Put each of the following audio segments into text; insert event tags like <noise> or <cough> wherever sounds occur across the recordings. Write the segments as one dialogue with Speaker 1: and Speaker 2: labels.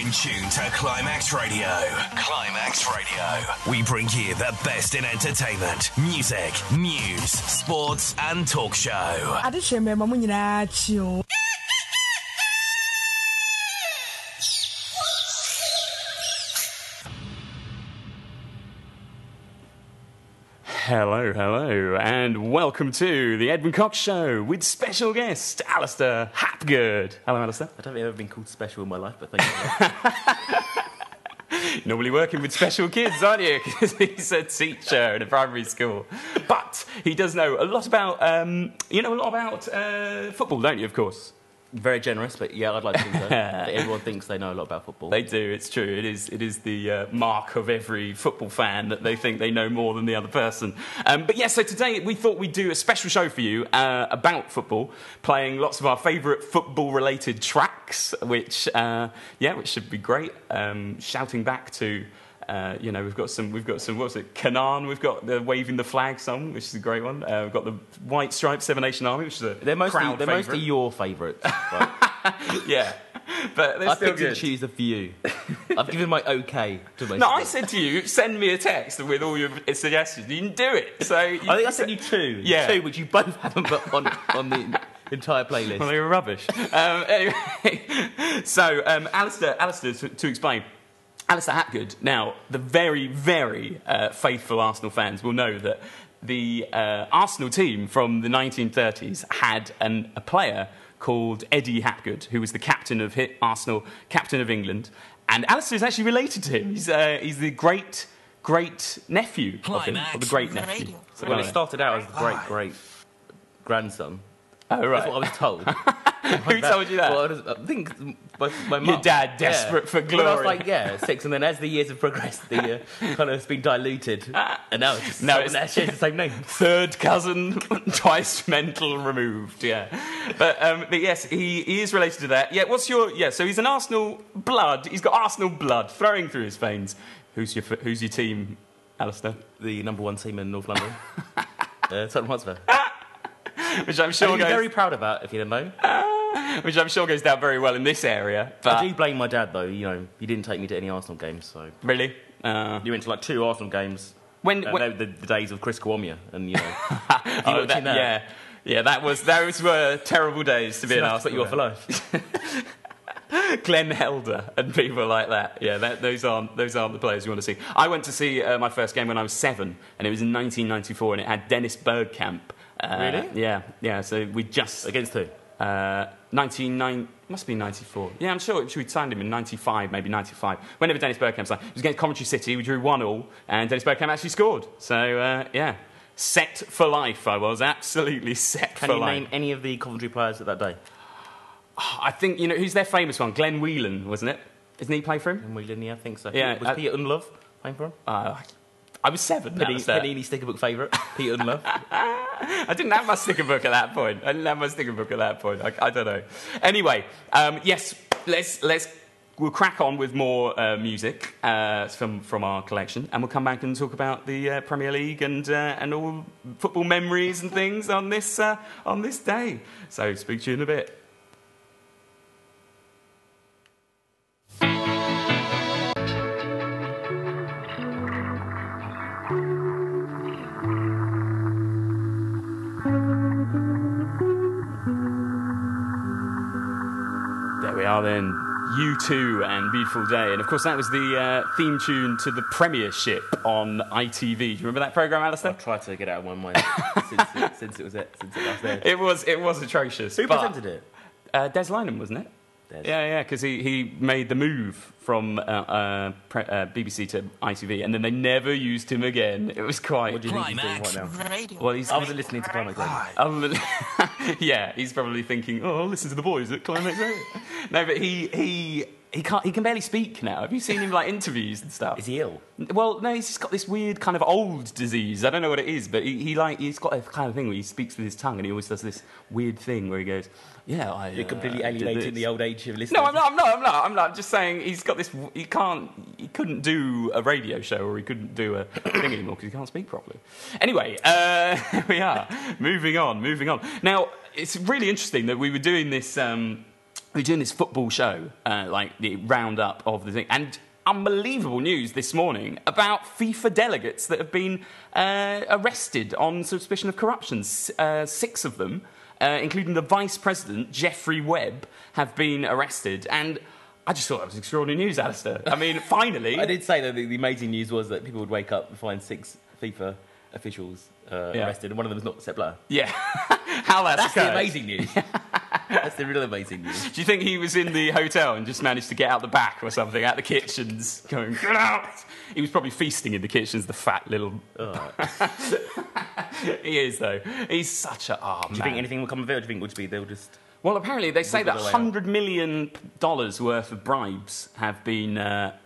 Speaker 1: in tune to Climax Radio. Climax Radio. We bring you the best in entertainment, music, news, sports, and talk show.
Speaker 2: ade kyerɛ mmarima mo nyinaa kyi o
Speaker 3: Hello, hello, and welcome to the Edwin Cox Show with special guest Alistair Hapgood. Hello, Alistair.
Speaker 4: I don't think I've ever been called special in my life, but thank
Speaker 3: <laughs>
Speaker 4: you.
Speaker 3: Normally working with special kids, aren't you? <laughs> 'Cause he's a teacher in a primary school. But he does know a lot about, um, you know, a lot about uh, football, don't you, of course?
Speaker 4: Very generous, but yeah, I'd like to think
Speaker 3: <laughs>
Speaker 4: so. That everyone thinks they know a lot about football.
Speaker 3: They do. It's true. It is. It is the uh, mark of every football fan that they think they know more than the other person. Um, but yeah, so today we thought we'd do a special show for you uh, about football, playing lots of our favourite football-related tracks, which uh, yeah, which should be great. Um, shouting back to. Uh, you know, we've got some, we've got some, what's it, Canaan, we've got the Waving the Flag song, which is a great one. Uh, we've got the White Stripes Seven Nation Army, which is a
Speaker 4: they're mostly,
Speaker 3: crowd
Speaker 4: they're
Speaker 3: favourite.
Speaker 4: mostly
Speaker 3: <laughs>
Speaker 4: your favourites. Right?
Speaker 3: yeah. But they're
Speaker 4: I
Speaker 3: still
Speaker 4: picked
Speaker 3: good.
Speaker 4: and choose
Speaker 3: <laughs>
Speaker 4: a few. I've given my okay to most.
Speaker 3: No,
Speaker 4: of
Speaker 3: I
Speaker 4: them.
Speaker 3: said to you, send me a text with all your suggestions. You didn't do it, so you,
Speaker 4: I think I sent you two.
Speaker 3: Yeah.
Speaker 4: Two, which you both haven't put on,
Speaker 3: <laughs>
Speaker 4: on the entire playlist.
Speaker 3: Well, they were rubbish. <laughs> um, anyway, <laughs> so, um, Alistair, Alistair to, to explain. Alistair Hapgood, now, the very, very uh, faithful Arsenal fans will know that the uh, Arsenal team from the 1930s had an, a player called Eddie Hapgood, who was the captain of hit Arsenal, captain of England. And Alistair is actually related to him. He's, uh, he's the great, great nephew of him, or the great nephew. So,
Speaker 4: Well, it started out as the great, great grandson.
Speaker 3: oh, right.
Speaker 4: That's what I was <laughs> told.
Speaker 3: Who told you that?
Speaker 4: Well, I, was, I think my, my
Speaker 3: Your
Speaker 4: mum.
Speaker 3: dad desperate for
Speaker 4: When I was
Speaker 3: glory.
Speaker 4: like, yeah, six, and then as the years have progressed, the uh, kind of it's been diluted, <laughs> and now it's just
Speaker 3: No,
Speaker 4: someone
Speaker 3: it's-
Speaker 4: that shares the same name.
Speaker 3: third cousin, <laughs> twice mental removed. Yeah, but um, but yes, he, he is related to that. Yeah, what's your yeah? So he's an Arsenal blood. He's got Arsenal blood flowing through his veins. Who's your f- who's your team, Alistair? <laughs>
Speaker 4: The number one team in North <laughs> London. Uh, Tottenham Hotspur.
Speaker 3: Which I'm sure
Speaker 4: I'm
Speaker 3: goes,
Speaker 4: very proud of that, if you don't know.
Speaker 3: which I'm sure goes down very well in this area.
Speaker 4: I do
Speaker 3: But
Speaker 4: blame my dad, though. You know, he didn't take me to any Arsenal games, so
Speaker 3: really, uh,
Speaker 4: you went to like two Arsenal games.
Speaker 3: when,
Speaker 4: And
Speaker 3: when
Speaker 4: they were the, the days of Chris Kwamia, and you <laughs> know,
Speaker 3: oh,
Speaker 4: watching
Speaker 3: that-
Speaker 4: that?
Speaker 3: yeah. Yeah, that was those were terrible days to be an
Speaker 4: that's what
Speaker 3: Arsenal.
Speaker 4: you are for
Speaker 3: fan.
Speaker 4: <laughs> life.
Speaker 3: Glenn Helder and people like that. Yeah, that, those aren't those aren't the players you want to see. I went to see uh, my first game when I was seven, and it was in 1994, and it had Dennis Bergkamp. Uh,
Speaker 4: Really?
Speaker 3: Yeah, yeah. So we just
Speaker 4: Against who?
Speaker 3: uh, 1990 must be 94. Yeah, I'm sure we signed him in 95, maybe 95. Whenever Dennis Bergkamp signed, it was against Coventry City. We drew one all, and Dennis Bergkamp actually scored. So uh, yeah, set for life. I was absolutely set
Speaker 4: Can
Speaker 3: for
Speaker 4: you
Speaker 3: life.
Speaker 4: name any of the Coventry players at that day?
Speaker 3: I think you know who's their famous one. Glenn Whelan, wasn't it? Doesn't he play for him?
Speaker 4: And we linear, I think so.
Speaker 3: Yeah,
Speaker 4: was
Speaker 3: I-
Speaker 4: Peter Unlove playing for him?
Speaker 3: Uh, I was seven. that
Speaker 4: Panini,
Speaker 3: was that.
Speaker 4: Panini sticker book favourite, Peter <laughs> Unlove.
Speaker 3: I didn't have my sticker book at that point. I didn't have my sticker book at that point. I, I don't know. Anyway, um, yes, let's let's we'll crack on with more uh, music uh, from from our collection, and we'll come back and talk about the uh, Premier League and uh, and all football memories and things on this uh, on this day. So speak to you in a bit. There we are then. You too, and beautiful day, and of course that was the uh, theme tune to the Premiership on ITV. Do you remember that program, Alistair?
Speaker 4: I've tried to get out of my mind since, it, since it was it, since it was <laughs> there.
Speaker 3: It was it was atrocious.
Speaker 4: Who
Speaker 3: but-
Speaker 4: presented it?
Speaker 3: Uh, Des Lynam, wasn't it?
Speaker 4: Des.
Speaker 3: Yeah, yeah, because he, he made the move from uh, uh, pre- uh, BBC to ITV, and then they never used him again. It was quite.
Speaker 4: What do you think he's doing right now?
Speaker 3: well, he's.
Speaker 4: I wasn't listening to Climate Radio.
Speaker 3: Other than- <laughs> yeah, he's probably thinking, "Oh, I'll listen to the boys at Climax." Radio." <laughs> no, but he he he can't. He can barely speak now. Have you seen him like interviews and stuff?
Speaker 4: Is he ill?
Speaker 3: Well, no, he's just got this weird kind of old disease. I don't know what it is, but he, he like he's got a kind of thing where he speaks with his tongue, and he always does this weird thing where he goes, "Yeah, I."
Speaker 4: You're completely
Speaker 3: uh, did
Speaker 4: alienating
Speaker 3: this."
Speaker 4: the old age of listeners.
Speaker 3: No, I'm not. I'm not. I'm not. I'm not. I'm just saying he's got this. He can't. He couldn't do a radio show, or he couldn't do a thing anymore because he can't speak properly. Anyway, uh, <laughs> here we are moving on. Moving on. Now it's really interesting that we were doing this. Um, we're doing this football show, uh, like the roundup of the thing, and unbelievable news this morning about FIFA delegates that have been uh, arrested on suspicion of corruption. S- Uh, six of them, uh, including the vice president Jeffrey Webb, have been arrested, and. I just thought that was extraordinary news, Alistair. I
Speaker 4: <laughs>
Speaker 3: mean, finally.
Speaker 4: I did say that the, the amazing news was that people would wake up and find six FIFA officials uh,
Speaker 3: Yeah.
Speaker 4: arrested, and one of them was not Sepp Blatter.
Speaker 3: Yeah. <laughs> How that's,
Speaker 4: That's the
Speaker 3: occurred.
Speaker 4: amazing <laughs> news. That's the real amazing news.
Speaker 3: Do you think he was in the hotel and just managed to get out the back or something, out the kitchens, going, get out? He was probably feasting in the kitchens, the fat little. <laughs> he is, though. He's such a. Oh,
Speaker 4: Do you think anything will come of it, or do you think it will just be they'll just
Speaker 3: Well, apparently, they say
Speaker 4: Wiggle
Speaker 3: that
Speaker 4: their way
Speaker 3: $100
Speaker 4: out.
Speaker 3: million worth of bribes have been. Uh,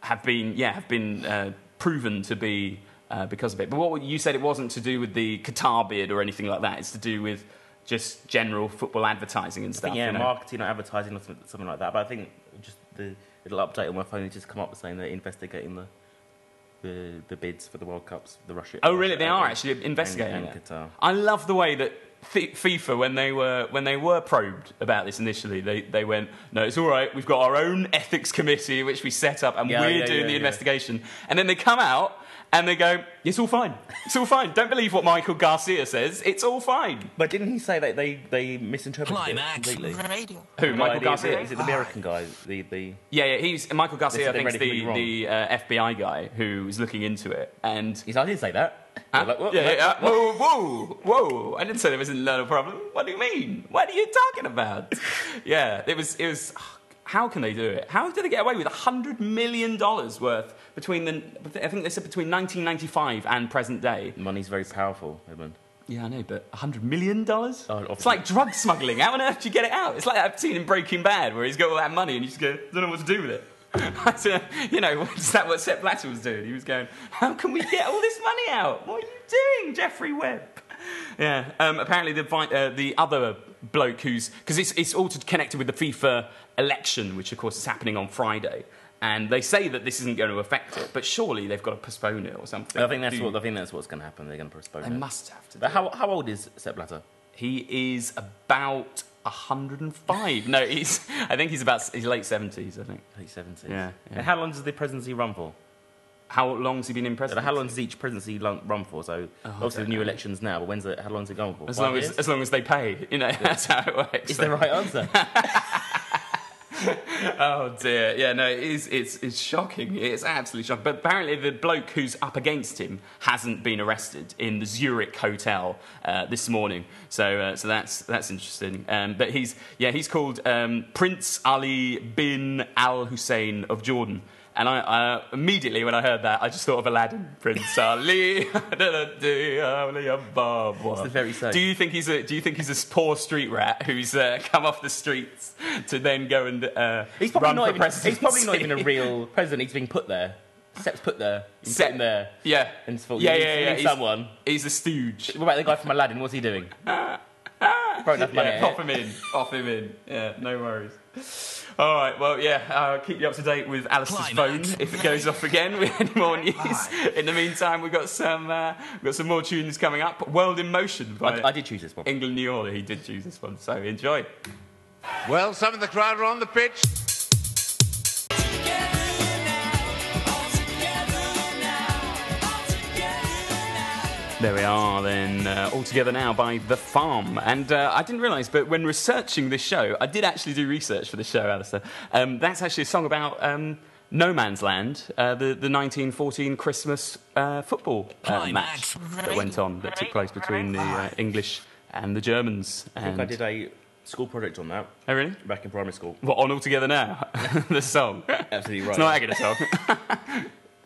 Speaker 3: have been, yeah, have been uh, proven to be uh, because of it. But what you said, it wasn't to do with the Qatar bid or anything like that. It's to do with just general football advertising and stuff.
Speaker 4: yeah
Speaker 3: you know?
Speaker 4: marketing or advertising or something, something like that? But I think just the little update on my phone has just come up saying they're investigating the the, the bids for the World Cups, the Russia.
Speaker 3: Oh, really? They
Speaker 4: Russia
Speaker 3: are
Speaker 4: and-
Speaker 3: actually investigating
Speaker 4: and,
Speaker 3: it.
Speaker 4: and Qatar.
Speaker 3: I love the way that F- FIFA, when they were when they were probed about this initially, they, they went, "No, it's all right. We've got our own ethics committee, which we set up, and
Speaker 4: Yeah,
Speaker 3: we're
Speaker 4: yeah,
Speaker 3: doing
Speaker 4: yeah,
Speaker 3: the
Speaker 4: yeah.
Speaker 3: investigation." And then they come out and they go, "It's all fine. It's all fine. Don't believe what Michael Garcia says. It's all fine."
Speaker 4: But didn't he say that they they misinterpreted
Speaker 1: Climax.
Speaker 4: it completely?
Speaker 3: Who?
Speaker 4: No
Speaker 3: Michael
Speaker 4: idea. Is
Speaker 3: Garcia?
Speaker 4: it- Is it the American guy? The the
Speaker 3: Yeah, yeah. He's Michael Garcia. I
Speaker 4: said they
Speaker 3: think is
Speaker 4: read it
Speaker 3: the
Speaker 4: completely
Speaker 3: the uh, FBI guy who was looking into it, and
Speaker 4: he's. I didn't say that.
Speaker 3: Huh?
Speaker 4: Like, what?
Speaker 3: yeah, yeah, yeah. Whoa, whoa, whoa! I didn't say there was isn't a learner problem. What do you mean? What are you talking
Speaker 4: <laughs>
Speaker 3: about? yeah, it was. It was. oh, How can they do it? How did they get away with hundred million dollars worth between the? I think they said between 1995 and present day.
Speaker 4: Money's very powerful, Edmund.
Speaker 3: Yeah, I know, but hundred million dollars?
Speaker 4: Oh,
Speaker 3: it's
Speaker 4: obviously.
Speaker 3: like drug smuggling. How on earth do you get it out? It's like I've seen in Breaking Bad where he's got all that money and you just go, don't know what to do with it. <laughs> That's, uh, you know, <laughs> is that what Sepp Blatter was doing? He was going, how can we get all this money out? What are you doing, Jeffrey Webb? Yeah, um, apparently the, vi- uh, the other bloke who's, because it's, it's all to- connected with the FIFA election, which of course is happening on Friday. And they say that this isn't going to affect it, but surely they've got to postpone it or something.
Speaker 4: I think that's
Speaker 3: Do-
Speaker 4: what I think that's what's going to happen. They're going to postpone
Speaker 3: they
Speaker 4: it.
Speaker 3: must have to. do
Speaker 4: But how how old is Sepp Blatter?
Speaker 3: he is about 105. No, he's. I think he's about he's late 70s. I think.
Speaker 4: I think seventy.
Speaker 3: Yeah, yeah.
Speaker 4: And how long does the presidency run for?
Speaker 3: How long's he been in prison?
Speaker 4: How long does each presidency lun- run for? So
Speaker 3: Oh,
Speaker 4: obviously the new elections now, but when's it? How long's it going for?
Speaker 3: As
Speaker 4: Five
Speaker 3: long as,
Speaker 4: years?
Speaker 3: as long as they pay, you know, <laughs> that's how it works.
Speaker 4: is the right
Speaker 3: <laughs>
Speaker 4: answer?
Speaker 3: Oh dear, yeah, no, it is, it's, it's shocking. It's absolutely shocking. But apparently, the bloke who's up against him hasn't been arrested in the Zurich hotel uh, this morning. So, uh, so that's that's interesting. Um, but he's yeah, he's called um, Prince Ali bin Al Hussein of Jordan. And I uh, immediately, when I heard that, I just thought of Aladdin,
Speaker 4: <laughs>
Speaker 3: Prince Ali. it's
Speaker 4: the very same.
Speaker 3: Do you think he's a Do you think he's a poor street rat who's uh, come off the streets to then go and uh,
Speaker 4: He's probably
Speaker 3: run
Speaker 4: not
Speaker 3: for
Speaker 4: even. He's probably not
Speaker 3: presidency. <laughs>
Speaker 4: even a real president. He's being put there. Sepp's put there. He's
Speaker 3: Sepp-
Speaker 4: put in there.
Speaker 3: Yeah.
Speaker 4: And it's full-
Speaker 3: yeah,
Speaker 4: you
Speaker 3: yeah, yeah.
Speaker 4: need- you need
Speaker 3: He's-
Speaker 4: someone.
Speaker 3: He's a stooge.
Speaker 4: What about the guy from Aladdin? What's
Speaker 3: <laughs>
Speaker 4: he doing? Throw <laughs> enough money.
Speaker 3: Yeah,
Speaker 4: at
Speaker 3: pop
Speaker 4: it.
Speaker 3: him in. Pop him in. Yeah, no worries. All right, well, yeah, I'll keep you up to date with Alistair's
Speaker 1: Climax.
Speaker 3: phone if it goes off again with any more news. In the meantime, we've got some, uh, we've got some more tunes coming up. World in Motion by
Speaker 4: I, I did choose this one.
Speaker 3: England New Order. He did choose this one, so enjoy.
Speaker 5: Well, some of the crowd are on the pitch.
Speaker 3: There we are, then, uh, all together now by The Farm. And uh, I didn't realise, but when researching this show, I did actually do research for the show, Alistair. Um, that's actually a song about um, No Man's Land, uh, the, the 1914 Christmas uh, football uh, match
Speaker 1: Climax.
Speaker 3: that went on, that took place between the uh, English and the Germans.
Speaker 4: I
Speaker 3: And,
Speaker 4: think I did a school project on that
Speaker 3: Oh, really?
Speaker 4: back in primary school.
Speaker 3: What, on All Together Now? <laughs> the song.
Speaker 4: Absolutely right.
Speaker 3: It's not Agata song.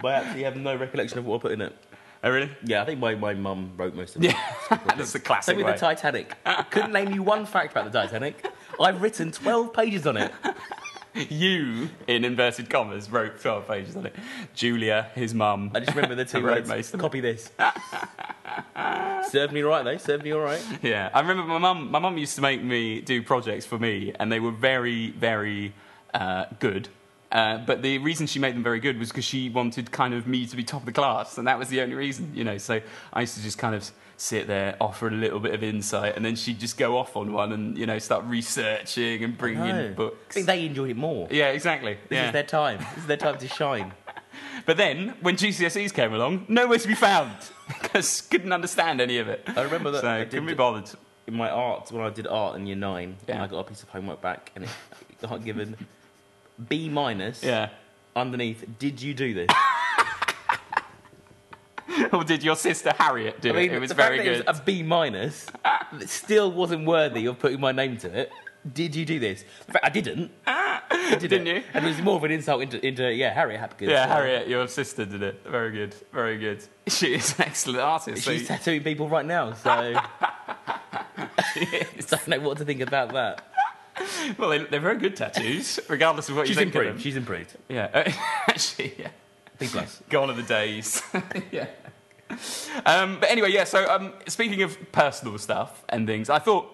Speaker 4: But I actually have no recollection of what I put in it.
Speaker 3: oh, really?
Speaker 4: Yeah, I think my, my mum wrote most of it.
Speaker 3: Yeah, that's the classic
Speaker 4: Same with
Speaker 3: way.
Speaker 4: the Titanic. Couldn't name you one fact about the Titanic. I've written 12 pages on it.
Speaker 3: you, in inverted commas, wrote 12 pages on it. Julia, his mum.
Speaker 4: I just
Speaker 3: <laughs>
Speaker 4: remember the two
Speaker 3: I wrote
Speaker 4: words.
Speaker 3: most of it. <laughs>
Speaker 4: Copy this. Served me right though. Served me all right.
Speaker 3: Yeah, I remember my mum. My mum used to make me do projects for me, and they were very, very uh, good. Uh, but the reason she made them very good was because she wanted kind of me to be top of the class, and that was the only reason, you know. So I used to just kind of sit there, offer a little bit of insight, and then she'd just go off on one and you know start researching and bringing in
Speaker 4: No. I
Speaker 3: books.
Speaker 4: Oh. think they enjoyed it more.
Speaker 3: yeah, exactly.
Speaker 4: This
Speaker 3: yeah.
Speaker 4: is their time. This is their time to shine.
Speaker 3: But then, when GCSEs came along, nowhere to be found <laughs> because couldn't understand any of it.
Speaker 4: I remember that
Speaker 3: So
Speaker 4: I did
Speaker 3: couldn't be
Speaker 4: do-
Speaker 3: bothered.
Speaker 4: In my art, when I did art in year nine,
Speaker 3: Yeah.
Speaker 4: I got a piece of homework back and it got given B minus
Speaker 3: Yeah. <laughs>
Speaker 4: underneath, did you do this?
Speaker 3: or did your sister Harriet do
Speaker 4: I mean,
Speaker 3: it? It was
Speaker 4: the fact
Speaker 3: very
Speaker 4: that it
Speaker 3: good.
Speaker 4: was a B minus that still wasn't worthy of putting my name to it. Did you do this? In fact, I didn't. I
Speaker 3: Didn't you?
Speaker 4: And it was more of an insult into, into yeah, Harriet Hapgood. <laughs>
Speaker 3: yeah, Harriet, your sister did it. Very good, very good. <laughs> She is an excellent artist.
Speaker 4: She's
Speaker 3: so-
Speaker 4: tattooing people right now, so
Speaker 3: <laughs>
Speaker 4: <laughs> I don't know what to think about that.
Speaker 3: <laughs> well, they, they're very good tattoos, regardless of what
Speaker 4: She's
Speaker 3: you think
Speaker 4: improved.
Speaker 3: of them.
Speaker 4: She's improved.
Speaker 3: Yeah, <laughs> actually, yeah.
Speaker 4: B plus.
Speaker 3: Gone are the days. <laughs> yeah. Um, but anyway, yeah. So um, speaking of personal stuff and things, I thought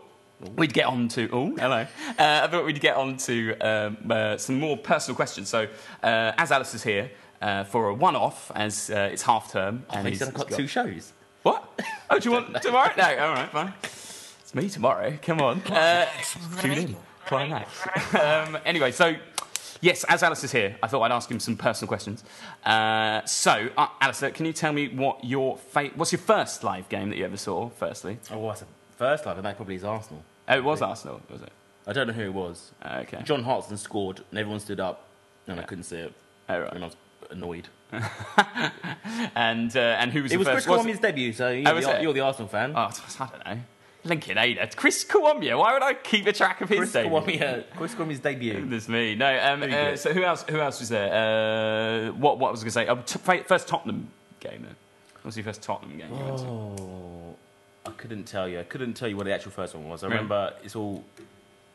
Speaker 3: we'd get on to. Oh, hello. Uh, I thought we'd get on to um, uh, some more personal questions. So uh, as Alice is here uh, for a one-off, as uh, it's half term, and
Speaker 4: He said I've got two shows.
Speaker 3: What? Oh, do you want tomorrow? No, all right, fine. It's me tomorrow. Come on. Uh, tune in. Climax. um, anyway, so yes, as Alice is here, I thought I'd ask him some personal questions. Uh, so, uh, Alistair, can you tell me what your fa- what's your first live game that you ever saw? Firstly,
Speaker 4: Oh, well, that's a first live, and that probably is Arsenal.
Speaker 3: oh, it was Arsenal, was it?
Speaker 4: I don't know who it was.
Speaker 3: Uh, okay.
Speaker 4: John Hartson scored, and everyone stood up, and I couldn't see it.
Speaker 3: Oh, right.
Speaker 4: And I was annoyed.
Speaker 3: And uh, and who was
Speaker 4: It
Speaker 3: the
Speaker 4: was Chris
Speaker 3: first?
Speaker 4: Colombia's debut, so you're,
Speaker 3: Oh, was
Speaker 4: the,
Speaker 3: it?
Speaker 4: you're the Arsenal fan.
Speaker 3: Oh, I don't know. Lincoln Ada. Chris Kawamia. Why would I keep a track of his
Speaker 4: Chris
Speaker 3: debut?
Speaker 4: Colombia's Chris Colombia's debut.
Speaker 3: There's me. No. Um,
Speaker 4: Very
Speaker 3: uh,
Speaker 4: good.
Speaker 3: so who else? Who else was there? Uh, what? What was I going to say? Oh, t- fa- first Tottenham game. Then. What was your first Tottenham game? you went to?
Speaker 4: Oh, I couldn't tell you. I couldn't tell you what the actual first one was. I
Speaker 3: Really?
Speaker 4: remember it's all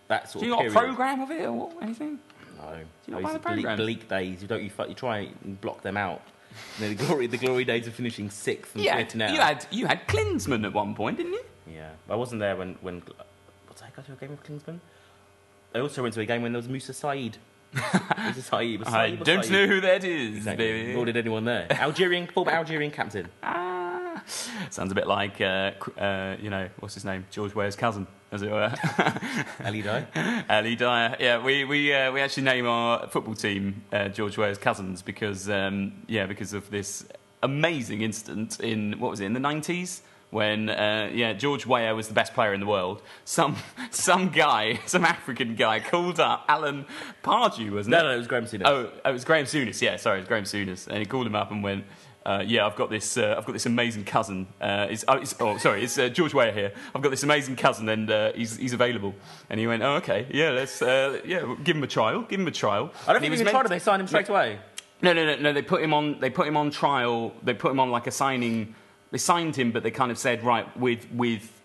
Speaker 4: that sort
Speaker 3: Do Hmm. you
Speaker 4: of
Speaker 3: not
Speaker 4: period.
Speaker 3: program of it or what- anything?
Speaker 4: No.
Speaker 3: you not buy
Speaker 4: I used
Speaker 3: the
Speaker 4: to bleak,
Speaker 3: programme?
Speaker 4: bleak days. You don't. You, fi- you try and block them out. <laughs> You know, the glory, the glory days of finishing sixth and
Speaker 3: Yeah.
Speaker 4: fifth now.
Speaker 3: You had you had Klinsmann at one point, didn't you?
Speaker 4: Yeah, I wasn't there when when. What did I go to a game with Klinsman? I also went to a game when there was
Speaker 3: <laughs>
Speaker 4: Musa Saeed. Musa Saeed. was
Speaker 3: I
Speaker 4: Saeed, was
Speaker 3: don't
Speaker 4: Saeed.
Speaker 3: know who that is,
Speaker 4: Exactly.
Speaker 3: baby.
Speaker 4: Nor did anyone there.
Speaker 3: <laughs>
Speaker 4: Algerian former Algerian captain.
Speaker 3: Ah, sounds a bit like uh, cr- uh, you know what's his name, George Ware's cousin, as it
Speaker 4: <laughs>
Speaker 3: were.
Speaker 4: Ali Dye.
Speaker 3: Ali Dyer. Yeah, we we uh, we actually name our football team uh, George Ware's cousins because um, yeah because of this amazing incident in what was it in the nineties when uh, yeah George Weah was the best player in the world. Some <laughs> some guy, some African guy, called up Alan Pardew, wasn't
Speaker 4: No,
Speaker 3: it?
Speaker 4: no, it was Graham Souness.
Speaker 3: Oh, oh, it was Graham Souness. Yeah, sorry, it was Graham Souness, and he called him up and went, uh, "Yeah, I've got this. Uh, I've got this amazing cousin. Uh, it's, oh, it's, oh, sorry, it's uh, George Weah here. I've got this amazing cousin, and uh, he's he's available." And he went, "Oh, okay. Yeah, let's. Uh, yeah, well, give him a trial. Give him a trial."
Speaker 4: I don't
Speaker 3: And he
Speaker 4: think
Speaker 3: was
Speaker 4: he even
Speaker 3: meant
Speaker 4: tried
Speaker 3: to-
Speaker 4: him. They signed him straight away.
Speaker 3: No, no, no, no. They put him on. They put him on trial. They put him on like a signing. They signed him, but they kind of said, "Right, with with."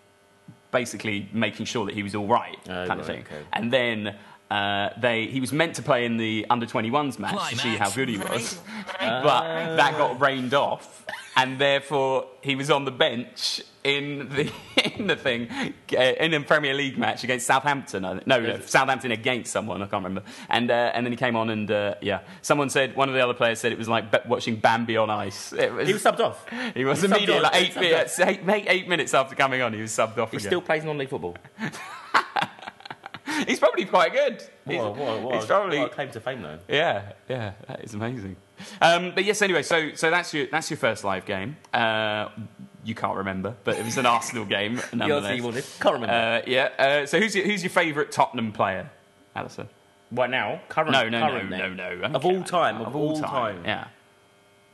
Speaker 3: basically making sure that he was all right,
Speaker 4: Oh,
Speaker 3: kind of
Speaker 4: right,
Speaker 3: thing.
Speaker 4: okay.
Speaker 3: And then uh, they he was meant to play in the under 21s match to see how good he was, <laughs>
Speaker 4: Ah.
Speaker 3: but that got rained off, and therefore he was on the bench in the <laughs> in the thing uh, in a Premier League match against Southampton. I think. No, no, Southampton against someone I can't remember. And uh, and then he came on and uh, yeah, someone said one of the other players said it was like ba- watching Bambi on ice. It was.
Speaker 4: He was subbed off.
Speaker 3: <laughs> he was
Speaker 4: he subbed
Speaker 3: immediately
Speaker 4: on.
Speaker 3: like
Speaker 4: He
Speaker 3: eight
Speaker 4: subbed
Speaker 3: minutes, eight, eight, minutes after coming on, he was subbed off
Speaker 4: He
Speaker 3: again.
Speaker 4: still plays non-league football.
Speaker 3: He's probably quite good. He's,
Speaker 4: What, a- what, a- what,
Speaker 3: he's
Speaker 4: a-
Speaker 3: probably
Speaker 4: what a claim to fame though.
Speaker 3: yeah, yeah. That is amazing. Um, but yes, anyway. So so that's your that's your first live game. Uh, you can't remember, but it was an <laughs> Arsenal game.
Speaker 4: The answer you
Speaker 3: Nonetheless.
Speaker 4: wanted. Can't remember.
Speaker 3: Uh, yeah. Uh, so who's your, who's your favourite Tottenham player, Alison?
Speaker 4: right now, current.
Speaker 3: No, no, no,
Speaker 4: current
Speaker 3: no,
Speaker 4: then.
Speaker 3: no, uh, I don't
Speaker 4: Of
Speaker 3: care.
Speaker 4: all time, of, all time.
Speaker 3: Yeah.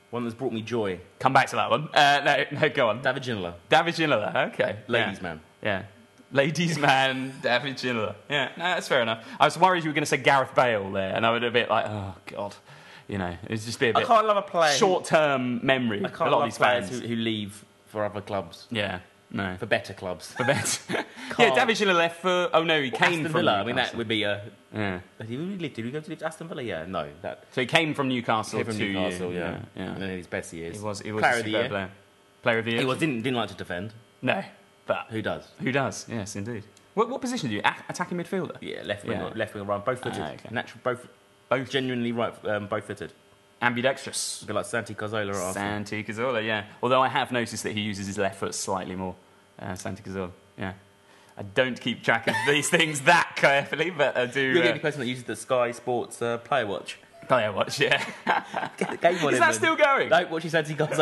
Speaker 4: One that's brought me joy.
Speaker 3: Come back to that one. Uh, no, no, go on.
Speaker 4: David Ginola.
Speaker 3: David Ginola, okay.
Speaker 4: Ladies
Speaker 3: yeah.
Speaker 4: man.
Speaker 3: Yeah. Ladies man, David Ginola. Yeah, no, that's fair enough. I was worried you were going to say Gareth Bale there, and I would have been like, oh, God. You know, it'd just be a
Speaker 4: I
Speaker 3: bit
Speaker 4: can't love a player. who-
Speaker 3: short term memory.
Speaker 4: I
Speaker 3: a
Speaker 4: can't
Speaker 3: lot of
Speaker 4: love
Speaker 3: these
Speaker 4: players
Speaker 3: fans.
Speaker 4: who, who leave for other clubs,
Speaker 3: Yeah, no.
Speaker 4: for better clubs.
Speaker 3: For <laughs> bet. yeah, David Ginola left for. Oh, no, he came
Speaker 4: <laughs> Aston
Speaker 3: from.
Speaker 4: Villa. I mean, that
Speaker 3: Newcastle.
Speaker 4: would be a.
Speaker 3: Yeah.
Speaker 4: Did he really- did he go to leave Aston Villa? Yeah, no. That
Speaker 3: So he came from Newcastle
Speaker 4: came from
Speaker 3: to you.
Speaker 4: Newcastle. Yeah,
Speaker 3: yeah.
Speaker 4: And then his best years.
Speaker 3: He was, he was
Speaker 4: player
Speaker 3: a
Speaker 4: of the
Speaker 3: superb
Speaker 4: year.
Speaker 3: player. Player of the year?
Speaker 4: He was didn't didn't like to defend.
Speaker 3: No, but
Speaker 4: Who does?
Speaker 3: who does? Yes, indeed. What, what position do you? A- attacking midfielder?
Speaker 4: Yeah, left wing,
Speaker 3: Yeah.
Speaker 4: Or, left wing, or right, both footed.
Speaker 3: Ah, okay.
Speaker 4: Natural, both
Speaker 3: Both
Speaker 4: Genuinely right, um, bow footed.
Speaker 3: ambidextrous.
Speaker 4: A bit like Santi Cazorla at Arsenal.
Speaker 3: Santi Cazorla, yeah. Although I have noticed that he uses his left foot slightly more. Uh, Santi Cazorla, yeah. I don't keep track of these <laughs> things that carefully, but I do.
Speaker 4: You're the
Speaker 3: Uh,
Speaker 4: only person that uses the Sky Sports uh, player watch. <laughs>
Speaker 3: player watch, yeah.
Speaker 4: Game on
Speaker 3: Is
Speaker 4: him
Speaker 3: that
Speaker 4: and-
Speaker 3: still going? Ah.
Speaker 4: No, watching Santi Cazorla for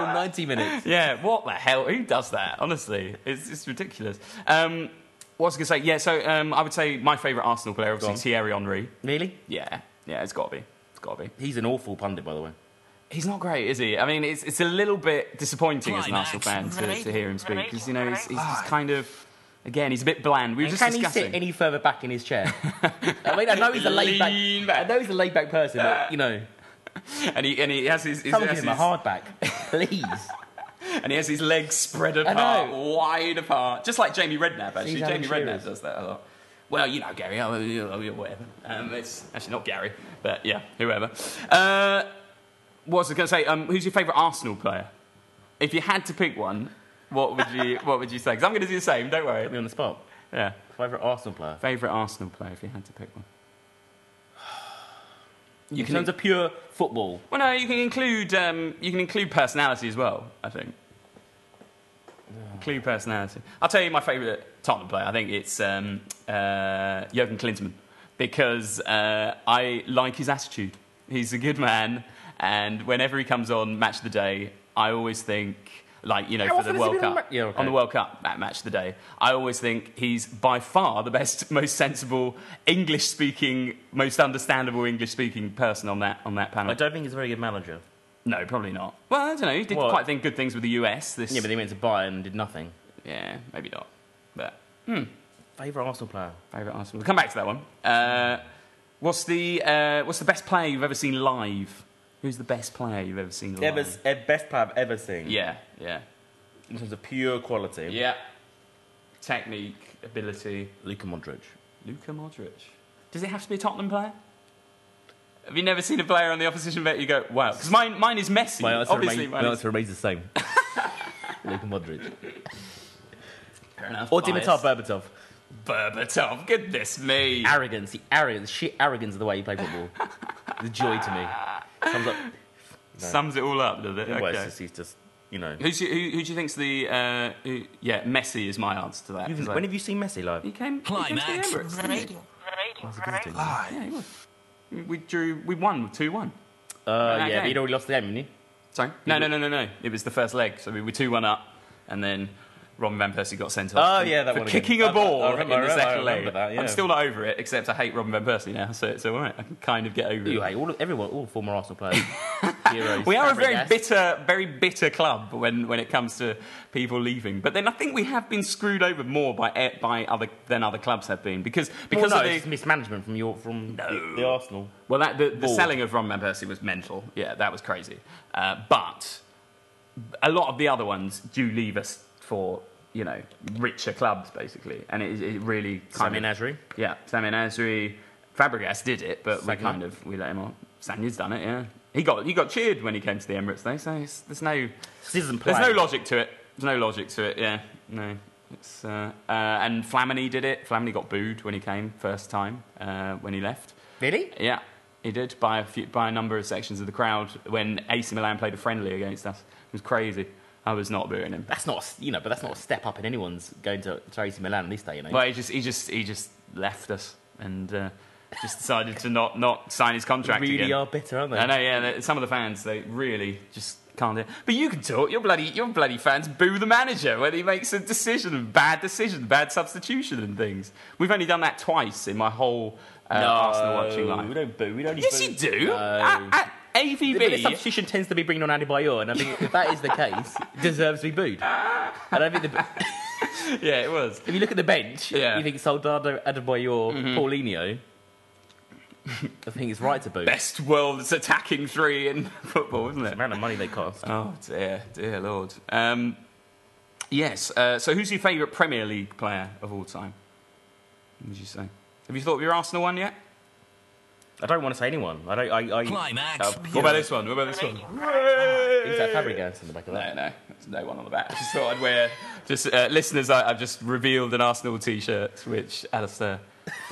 Speaker 4: the whole 90 minutes.
Speaker 3: yeah, what the hell? Who does that? Honestly, it's, it's ridiculous. Um, what was I going to say? Yeah, so um, I would say my favourite Arsenal player,
Speaker 4: on.
Speaker 3: obviously, Thierry Henry.
Speaker 4: Really?
Speaker 3: Yeah, yeah, it's got to be. It's got to be.
Speaker 4: He's an awful pundit, by the way.
Speaker 3: He's not great, is he? I mean, it's, it's a little bit disappointing as an Arsenal fan to, to hear him speak because, you know, he's, he's just kind of, again, he's a bit bland. We were just
Speaker 4: Can
Speaker 3: discussing.
Speaker 4: he sit any further back in
Speaker 3: <laughs>
Speaker 4: his chair? I mean, I know he's a laid back.
Speaker 3: Lean back.
Speaker 4: I know he's a laid back person, but you know,
Speaker 3: and, he, and he has his, his,
Speaker 4: someone
Speaker 3: has
Speaker 4: give him a
Speaker 3: his-
Speaker 4: hard
Speaker 3: <laughs>
Speaker 4: back, please.
Speaker 3: and he has his legs spread apart,
Speaker 4: know.
Speaker 3: wide apart, just like Jamie Redknapp. Actually,
Speaker 4: Alan
Speaker 3: Jamie Redknapp
Speaker 4: Shearer's.
Speaker 3: does that a lot. Well, you know Gary, oh, you know, whatever. Um, it's actually not Gary, but yeah, whoever. Uh, what was I going to say? Um, who's your favourite Arsenal player? If you had to pick one, what would you what would you say? Because I'm going to do the same. Don't
Speaker 4: Put
Speaker 3: worry.
Speaker 4: me on the spot.
Speaker 3: Yeah,
Speaker 4: Favourite Arsenal player.
Speaker 3: favourite Arsenal player. If you had to pick one, you
Speaker 4: In terms of pure football,
Speaker 3: Well, no, you can include um, you can include personality as well. I think include personality. I'll tell you my favourite Tottenham player. I think it's um, uh, Jurgen Klinsmann because uh, I like his attitude. He's a good man, and whenever he comes on Match of the Day, I always think. Like you know,
Speaker 4: How
Speaker 3: for
Speaker 4: often
Speaker 3: the
Speaker 4: has he
Speaker 3: World
Speaker 4: been on
Speaker 3: Cup,
Speaker 4: Ma- Yeah, okay.
Speaker 3: on the World Cup at match of the day, I always think he's by far the best, <laughs> most sensible English-speaking, most understandable English-speaking person on that on that panel.
Speaker 4: I don't think he's a very good manager.
Speaker 3: No, probably not. Well, I don't know. He did
Speaker 4: What?
Speaker 3: quite think good things with the US. This,
Speaker 4: Yeah, but he went to Bayern and did nothing.
Speaker 3: yeah, maybe not. But
Speaker 4: Favourite Arsenal player?
Speaker 3: favorite Arsenal. We'll come back to that one. Uh, what's the uh, what's the best player you've ever seen live? Who's the best player you've ever seen live?
Speaker 4: Ever, eh, best player I've ever seen.
Speaker 3: Yeah, yeah,
Speaker 4: In terms of pure quality.
Speaker 3: yeah. Technique, ability.
Speaker 4: Luka Modric.
Speaker 3: Luka Modric. Does it have to be a Tottenham player? Have you never seen a player on the opposition bet? You go, wow. Because mine, mine is Messi.
Speaker 4: My answer,
Speaker 3: Obviously,
Speaker 4: remains,
Speaker 3: mine
Speaker 4: my
Speaker 3: is
Speaker 4: answer remains
Speaker 3: <laughs>
Speaker 4: the same. Luka Modric.
Speaker 3: fair enough.
Speaker 4: Or
Speaker 3: biased.
Speaker 4: Dimitar Berbatov.
Speaker 3: Berbatov. Goodness me.
Speaker 4: Arrogance. The arrogance. Sheer arrogance of the way he played football. the joy to me. Sums up.
Speaker 3: Sums it all up, does it?
Speaker 4: Well,
Speaker 3: <laughs>
Speaker 4: it's
Speaker 3: Okay.
Speaker 4: just, he's just, you know.
Speaker 3: Who's, who, who do you think's the? Uh, who, yeah, Messi is my answer to that.
Speaker 4: You've-
Speaker 3: 'cause I-
Speaker 4: when have you seen Messi live?
Speaker 3: he came? He came
Speaker 1: Climax
Speaker 3: to the Emirates, didn't he? Yeah, he was. We drew. We won two one.
Speaker 4: Uh,
Speaker 3: that
Speaker 4: yeah, but
Speaker 3: game.
Speaker 4: he'd already lost the game, didn't he?
Speaker 3: Sorry. No, no, no, no, no. It was the first leg, so we were two one up, and then Robin van Persie got sent off.
Speaker 4: Oh,
Speaker 3: for-
Speaker 4: yeah, that
Speaker 3: for
Speaker 4: one again.
Speaker 3: kicking
Speaker 4: I-
Speaker 3: a
Speaker 4: I
Speaker 3: ball
Speaker 4: remember- I
Speaker 3: in the
Speaker 4: remember- I
Speaker 3: second leg.
Speaker 4: remember that, yeah.
Speaker 3: I'm still not over it, except I hate Robin van Persie now, so it's all right. I can kind of get over
Speaker 4: You
Speaker 3: it.
Speaker 4: hate all of, everyone, all former
Speaker 3: <laughs>
Speaker 4: Arsenal players. Heroes.
Speaker 3: We are a very
Speaker 4: Fabregas.
Speaker 3: bitter, very bitter club when, when it comes to people leaving. But then I think we have been screwed over more by eh, by other than other clubs have been because because
Speaker 4: Well, no,
Speaker 3: of
Speaker 4: it's
Speaker 3: the
Speaker 4: mismanagement from your from
Speaker 3: No.
Speaker 4: the, the Arsenal.
Speaker 3: well that the, the
Speaker 4: Ball.
Speaker 3: selling of Ron Van Persie was mental. Yeah, that was crazy. Uh, but a lot of the other ones do leave us for you know richer clubs basically, and it, it really kind
Speaker 4: Sami
Speaker 3: of-
Speaker 4: Nasri.
Speaker 3: Yeah, Sammy Nasri. Fabregas did it, but we
Speaker 4: Sagna.
Speaker 3: kind of we let him on. Sanya's done it, yeah. He got he got cheered when he came to the Emirates though, so it's, there's no
Speaker 4: This isn't
Speaker 3: There's no
Speaker 4: playing.
Speaker 3: logic to it. There's no logic to it. Yeah, no. It's uh, uh, and Flamini did it. Flamini got booed when he came first time uh, when he left.
Speaker 4: Really?
Speaker 3: Yeah, he did by a few, by a number of sections of the crowd when AC Milan played a friendly against us. It was crazy. I was not booing him. <laughs>
Speaker 4: That's not a s- you know, but that's not a step up in anyone's going to to AC Milan this day, you know.
Speaker 3: But he just he just he just left us and uh, just decided to not not sign his contract.
Speaker 4: really
Speaker 3: again.
Speaker 4: are bitter, aren't they?
Speaker 3: I know, yeah. they- Some of the fans, they really just can't. do it. But you can talk. Your bloody, your bloody fans boo the manager when he makes a decision, bad decision, bad substitution, and things. We've only done that twice in my whole uh, Arsenal watching
Speaker 4: We
Speaker 3: life.
Speaker 4: don't boo. We don't.
Speaker 3: Yes,
Speaker 4: boo.
Speaker 3: you do. Uh,
Speaker 4: No.
Speaker 3: At, at AVB,
Speaker 4: But the substitution tends to be bringing on Andy Bayor, and I think if that is the case, it deserves to be booed. I don't think the,
Speaker 3: yeah, it was.
Speaker 4: if you look at the bench,
Speaker 3: Yeah. Mm-hmm.
Speaker 4: you think Soldado, Adebayor, Paulinho. I think it's right to boo.
Speaker 3: Best world's attacking three in <laughs> football, isn't
Speaker 4: The
Speaker 3: it?
Speaker 4: amount of money they cost.
Speaker 3: Oh dear, dear lord. Um, yes. Uh, so, who's your favourite Premier League player of all time? What would you say? Have you thought of your Arsenal one yet?
Speaker 4: I don't want to say anyone. I don't. I. uh, I
Speaker 1: Climax.
Speaker 3: What about this one? What about this one?
Speaker 4: is that Fabregas in the back of
Speaker 3: No,
Speaker 4: that?
Speaker 3: no, there's no one on the back. <laughs> I just thought I'd wear. Just uh, listeners, I, I've just revealed an Arsenal T-shirt, which Alistair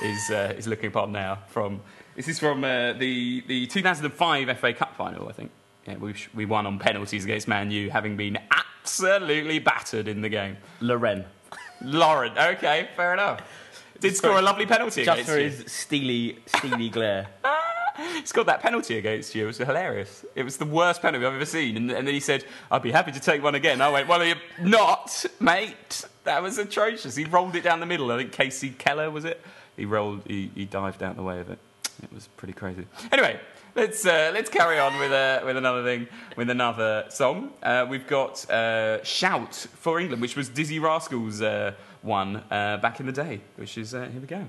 Speaker 3: is uh, is looking upon now from This is from uh, the, the 2005 FA Cup final, I think. Yeah, we, sh- we won on penalties against Man U, having been absolutely battered in the game.
Speaker 4: Loren.
Speaker 3: Lauren, okay, fair enough. Did score a lovely penalty
Speaker 4: Just
Speaker 3: against
Speaker 4: for
Speaker 3: you.
Speaker 4: his steely, steely glare.
Speaker 3: He scored that penalty against you. It was hilarious. It was the worst penalty I've ever seen. And, and then he said, I'd be happy to take one again. I went, Well, you're not, mate. That was atrocious. He rolled it down the middle. I think Casey Keller, was it? He rolled, he, he dived out the way of it. It was pretty crazy. Anyway, let's, uh, let's carry on with, uh, with another thing, with another song. Uh, we've got uh, Shout for England, which was Dizzy Rascal's uh, one uh, back in the day, which is, uh, here we go.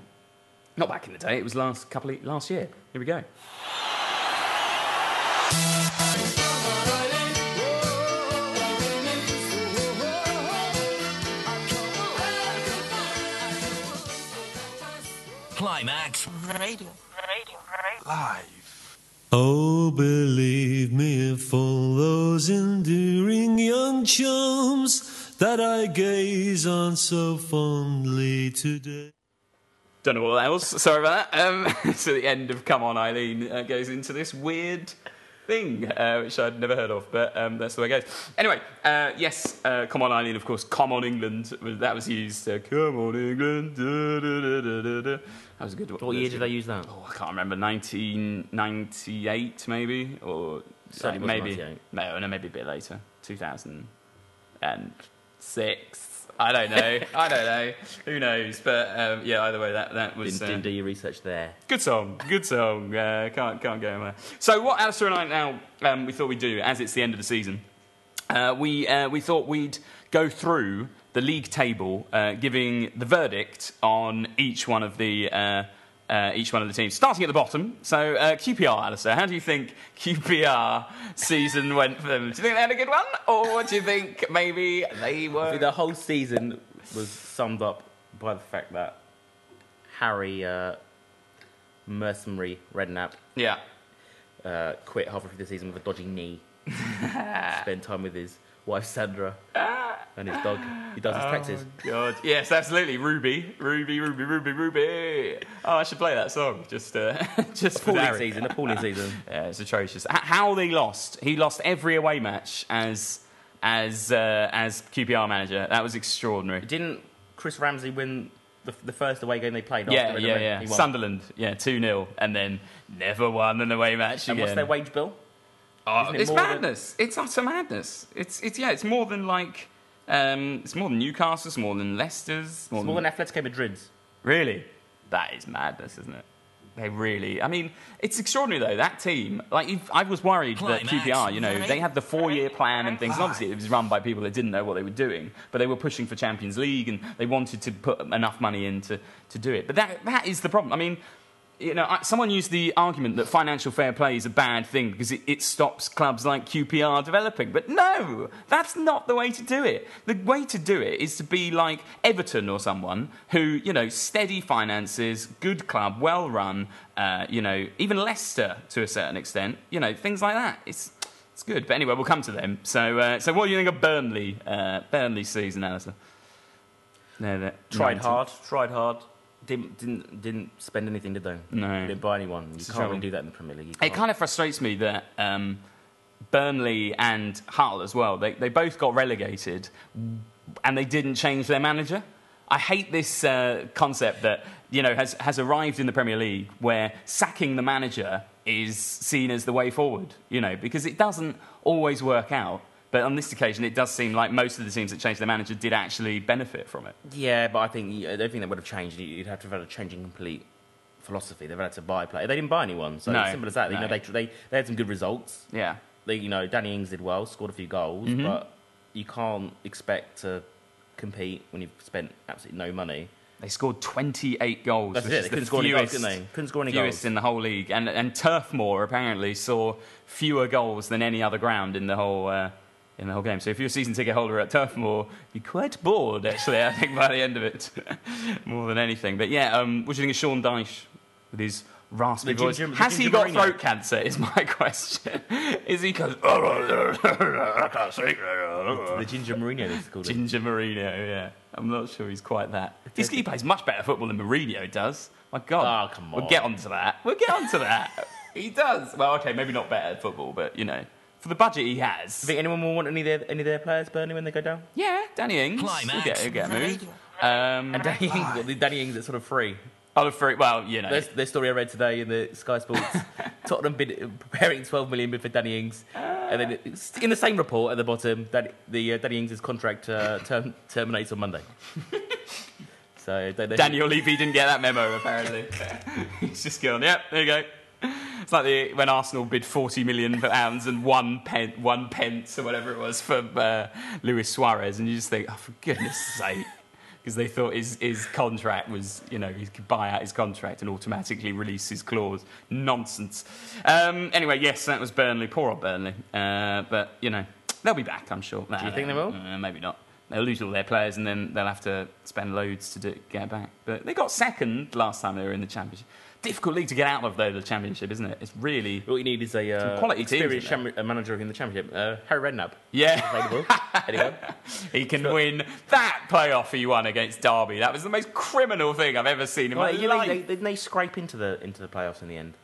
Speaker 3: Not back in the day, it was last couple of, last year. Here we go.
Speaker 1: Climax
Speaker 6: Radio. Radio. Radio.
Speaker 7: Oh, believe me, for those endearing young chums that I gaze on so fondly today.
Speaker 3: Don't know what else. Sorry about that. Um, <laughs> so the end of "Come On, Eileen" uh, goes into this weird thing uh, which I'd never heard of, but um, that's the way it goes. Anyway, uh, yes, uh, "Come On, Eileen." Of course, "Come On, England" was- that was used. Uh, "Come on, England." da, da, da, da, da, da. That was a good one.
Speaker 4: <laughs> What year did they use that?
Speaker 3: Oh, I can't remember. 1998, maybe, or like,
Speaker 4: Certainly
Speaker 3: maybe
Speaker 4: wasn't 98.
Speaker 3: no, no, maybe a bit later. 2006. I don't know. I don't know. Who knows? But um, yeah, either way, that that was
Speaker 4: Didn't,
Speaker 3: uh,
Speaker 4: didn't do your research there.
Speaker 3: good song. Good song. Uh, can't can't go anywhere. So what Alistair and I now um, we thought we'd do as it's the end of the season. Uh, we uh, we thought we'd go through the league table, uh, giving the verdict on each one of the. Uh, uh, each one of the teams, starting at the bottom. So uh, QPR, Alistair, how do you think QPR season went for them? Do you think they had a good one, or do you think maybe they
Speaker 4: I
Speaker 3: were?
Speaker 4: think the whole season was summed up by the fact that Harry, uh, mercenary Redknapp,
Speaker 3: Yeah,
Speaker 4: uh, quit halfway through the season with a
Speaker 3: <laughs>
Speaker 4: dodgy knee. Spend time with his wife Sandra and his dog. He does his
Speaker 3: Oh,
Speaker 4: taxes.
Speaker 3: God, yes, absolutely. Ruby, Ruby, Ruby, Ruby, Ruby. Oh, I should play that song. Just, uh, <laughs> just for
Speaker 4: Appalling
Speaker 3: Darren.
Speaker 4: season. Appalling season.
Speaker 3: <laughs> Yeah, it's atrocious. H- how they lost? He lost every away match as, as, uh, as QPR manager. That was extraordinary.
Speaker 4: Didn't Chris Ramsey win the, the first away game they played?
Speaker 3: Yeah,
Speaker 4: after
Speaker 3: yeah, yeah.
Speaker 4: He won.
Speaker 3: Sunderland, yeah, two 0 and then never won an away match
Speaker 4: And
Speaker 3: again.
Speaker 4: what's their wage bill?
Speaker 3: Oh,
Speaker 4: Isn't it
Speaker 3: it's
Speaker 4: more than-
Speaker 3: madness. It's utter madness. It's, it's yeah. It's more than like, um, it's more than Newcastle's, more than Leicester's, more than
Speaker 4: It's more than Atletico Madrid's.
Speaker 3: Really? That is madness, isn't it? They really. I mean, it's extraordinary though. That team, like, you've, I was worried
Speaker 1: Climax.
Speaker 3: that QPR, you know, they had the four-year plan and things. And obviously, it was run by people that didn't know what they were doing, but they were pushing for Champions League and they wanted to put enough money in to, to do it. But that that is the problem. I mean. You know, I- someone used the argument that financial fair play is a bad thing because it, it stops clubs like QPR developing. But no, that's not the way to do it. The way to do it is to be like Everton or someone who, you know, steady finances, good club, well run, uh, you know, even Leicester to a certain extent, you know, things like that. It's, it's good. But anyway, we'll come to them. So, uh, so what do you think of Burnley, uh, Burnley season, Alistair? No, they're
Speaker 4: Tried
Speaker 3: 19th.
Speaker 4: hard. Tried hard. Didn't didn't didn't spend anything, did they?
Speaker 3: No.
Speaker 4: Didn't buy anyone. You
Speaker 3: the
Speaker 4: can't really
Speaker 3: trouble.
Speaker 4: do that in the Premier League. You
Speaker 3: It
Speaker 4: can't.
Speaker 3: kind of frustrates me that um, Burnley and Hull as well, they, they both got relegated and they didn't change their manager. I hate this uh, concept that, you know, has, has arrived in the Premier League where sacking the manager is seen as the way forward, you know, because it doesn't always work out. But on this occasion, it does seem like most of the teams that changed their manager did actually benefit from it.
Speaker 4: Yeah, but I think I don't think that would have changed. You'd have to have had a change in complete philosophy. They've had to buy players. They didn't buy anyone, so
Speaker 3: No,
Speaker 4: it's simple as that. You
Speaker 3: no.
Speaker 4: know, they, they they had some good results.
Speaker 3: Yeah.
Speaker 4: They, you know, Danny Ings did well, scored a few goals,
Speaker 3: Mm-hmm.
Speaker 4: but you can't expect to compete when you've spent absolutely no money.
Speaker 3: They scored 28 goals.
Speaker 4: That's
Speaker 3: which
Speaker 4: it.
Speaker 3: is the
Speaker 4: They couldn't score any goals,
Speaker 3: fewest-
Speaker 4: couldn't they? Couldn't score any
Speaker 3: fewest
Speaker 4: goals.
Speaker 3: in the whole league. And, and Turf Moor apparently saw fewer goals than any other ground in the whole. Uh, in the whole game. So if you're a season ticket holder at Turf Moor, you'd be quite bored, actually, <laughs> I think, by the end of it, more than anything. But yeah, um, what do you think of Sean Dyche with his raspy
Speaker 4: The ginger-
Speaker 3: voice.
Speaker 4: the
Speaker 3: Has he
Speaker 4: ginger
Speaker 3: got
Speaker 4: Marino.
Speaker 3: throat cancer? Is my <laughs> question. Is he <laughs> because
Speaker 4: The Ginger Mourinho, this is called. it.
Speaker 3: Ginger Marino? Yeah, I'm not sure he's quite that. He's, he plays much better football than Mourinho does. My God,
Speaker 4: Ah, come
Speaker 3: we'll get
Speaker 4: on.
Speaker 3: onto that. We'll get onto
Speaker 4: <laughs>
Speaker 3: that. he does. Well, okay, maybe not better at football, but you know, for the budget he has.
Speaker 4: Do you think anyone will want any of their, any of their players, Burnley, when they go down?
Speaker 3: Yeah, Danny Ings.
Speaker 1: Climax.
Speaker 3: He'll get, he'll get a move. Um,
Speaker 4: Danny Ings, the Danny Ings that's sort of free.
Speaker 3: Oliver Free, well, you know.
Speaker 4: There's the story I read today in the
Speaker 3: <laughs>
Speaker 4: Sky Sports. Tottenham bid, preparing 12 million bid for Danny Ings, and then it's in the same report at the bottom that the uh, Danny Ings' contract uh, term, terminates on
Speaker 3: <laughs>
Speaker 4: Monday. so they, they,
Speaker 3: Daniel Levy didn't get that memo, apparently. <laughs> He's just gone, yep, there you go. It's like the, when Arsenal bid 40 million pounds and one, pen, one pence or whatever it was for uh, Luis Suarez, and you just think, oh, for goodness sake. <laughs> Because they thought his, his contract was, you know, he could buy out his contract and automatically release his clause. Nonsense. Um, anyway, yes, that was Burnley. Poor old Burnley. Uh, but, you know, they'll be back, I'm sure. Do
Speaker 4: you think they will?
Speaker 3: uh, maybe not. They'll lose all their players and then they'll have to spend loads to do, get back. But they got second last time they were in the championship. Difficult league to get out of though, the championship, isn't it? It's really
Speaker 4: What you need is a uh,
Speaker 3: quality teams in
Speaker 4: experienced cham- a manager in the championship. Uh, Harry Redknapp.
Speaker 3: yeah. <laughs>
Speaker 4: Available. Anyone?
Speaker 3: he can win that playoff he won against Derby. That was the most criminal thing I've ever seen in my
Speaker 4: Well, you know,
Speaker 3: life.
Speaker 4: they, they, they scrape into the into the playoffs in the end.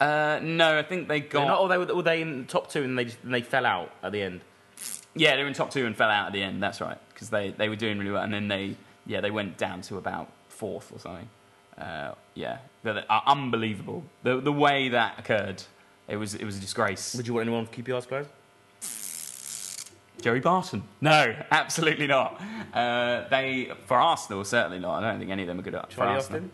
Speaker 3: uh, no, I think they got.
Speaker 4: They're Not, or they were, were they in the top two and they just, and they fell out at the end.
Speaker 3: Yeah, they were in top two and fell out at the end. That's right, because they, they were doing really well, and then they yeah they went down to about fourth or something. Uh, yeah, they're, they're unbelievable. The the way that occurred, it was it was a disgrace.
Speaker 4: Would you want anyone to keep your eyes closed?
Speaker 3: Joey Barton? No, <laughs> absolutely not. Uh, they for Arsenal certainly not. I don't think any of them are good enough. for
Speaker 4: Charlie
Speaker 3: Arsenal.
Speaker 4: Austin?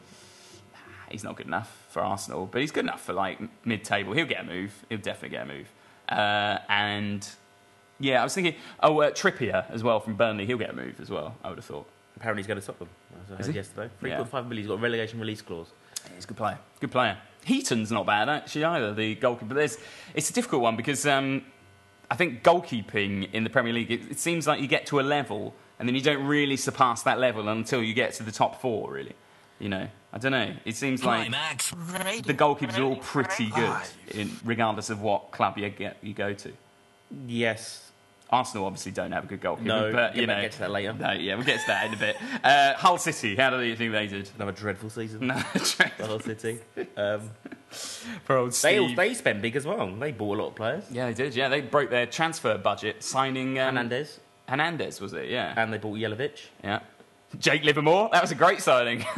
Speaker 3: He's not good enough for Arsenal, but he's good enough for like mid table. He'll get a move. He'll definitely get a move. Uh, and yeah, I was thinking, oh, uh, Trippier as well from Burnley. He'll get a move as well. I would have thought.
Speaker 4: Apparently he's going to stop them. As I
Speaker 3: Is
Speaker 4: heard
Speaker 3: he?
Speaker 4: yesterday.
Speaker 3: Yeah.
Speaker 4: 3.5 million, he's got a relegation release clause.
Speaker 3: He's a good player. Good player. Heaton's not bad actually either, the goalkeeper. But there's, it's a difficult one because um, I think goalkeeping in the Premier League, it, it seems like you get to a level and then you don't really surpass that level until you get to the top four, really. You know, I don't know. It seems like
Speaker 1: Climax.
Speaker 3: the goalkeepers are all pretty good, in, regardless of what club you get you go to.
Speaker 4: Yes.
Speaker 3: Arsenal obviously don't have a good goalkeeper,
Speaker 4: No,
Speaker 3: but
Speaker 4: yeah,
Speaker 3: you
Speaker 4: but
Speaker 3: know,
Speaker 4: get to that later.
Speaker 3: No, yeah, we'll get to that in a bit. Uh, Hull City, how do you think they did? <laughs>
Speaker 4: Another dreadful season. <laughs>
Speaker 3: No,
Speaker 4: The whole city.
Speaker 3: <laughs>
Speaker 4: Um,
Speaker 3: for old
Speaker 4: they, all-
Speaker 3: Steve.
Speaker 4: they spent big as well. They bought a lot of players.
Speaker 3: Yeah, they did. Yeah, they broke their transfer budget signing um,
Speaker 4: Hernandez. Uh,
Speaker 3: Hernandez, was it? Yeah.
Speaker 4: And they bought Yelovich.
Speaker 3: yeah. Jake Livermore. That was a great signing. <laughs>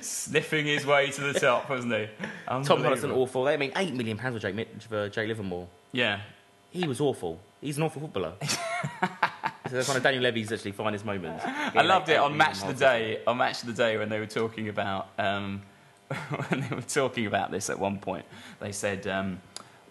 Speaker 3: Sniffing his way to the top, wasn't he?
Speaker 4: Tom Huddleston,
Speaker 3: Unbelievable.
Speaker 4: awful. They made £8 million pounds for Jake, Mi- for Jake Livermore.
Speaker 3: Yeah.
Speaker 4: He was awful. He's an awful footballer.
Speaker 3: <laughs>
Speaker 4: so that's one of Daniel Levy's actually finest moments.
Speaker 3: <laughs> I loved it on Match of the Day. On Match of the Day, when they were talking about um, <laughs> when they were talking about this at one point, they said um,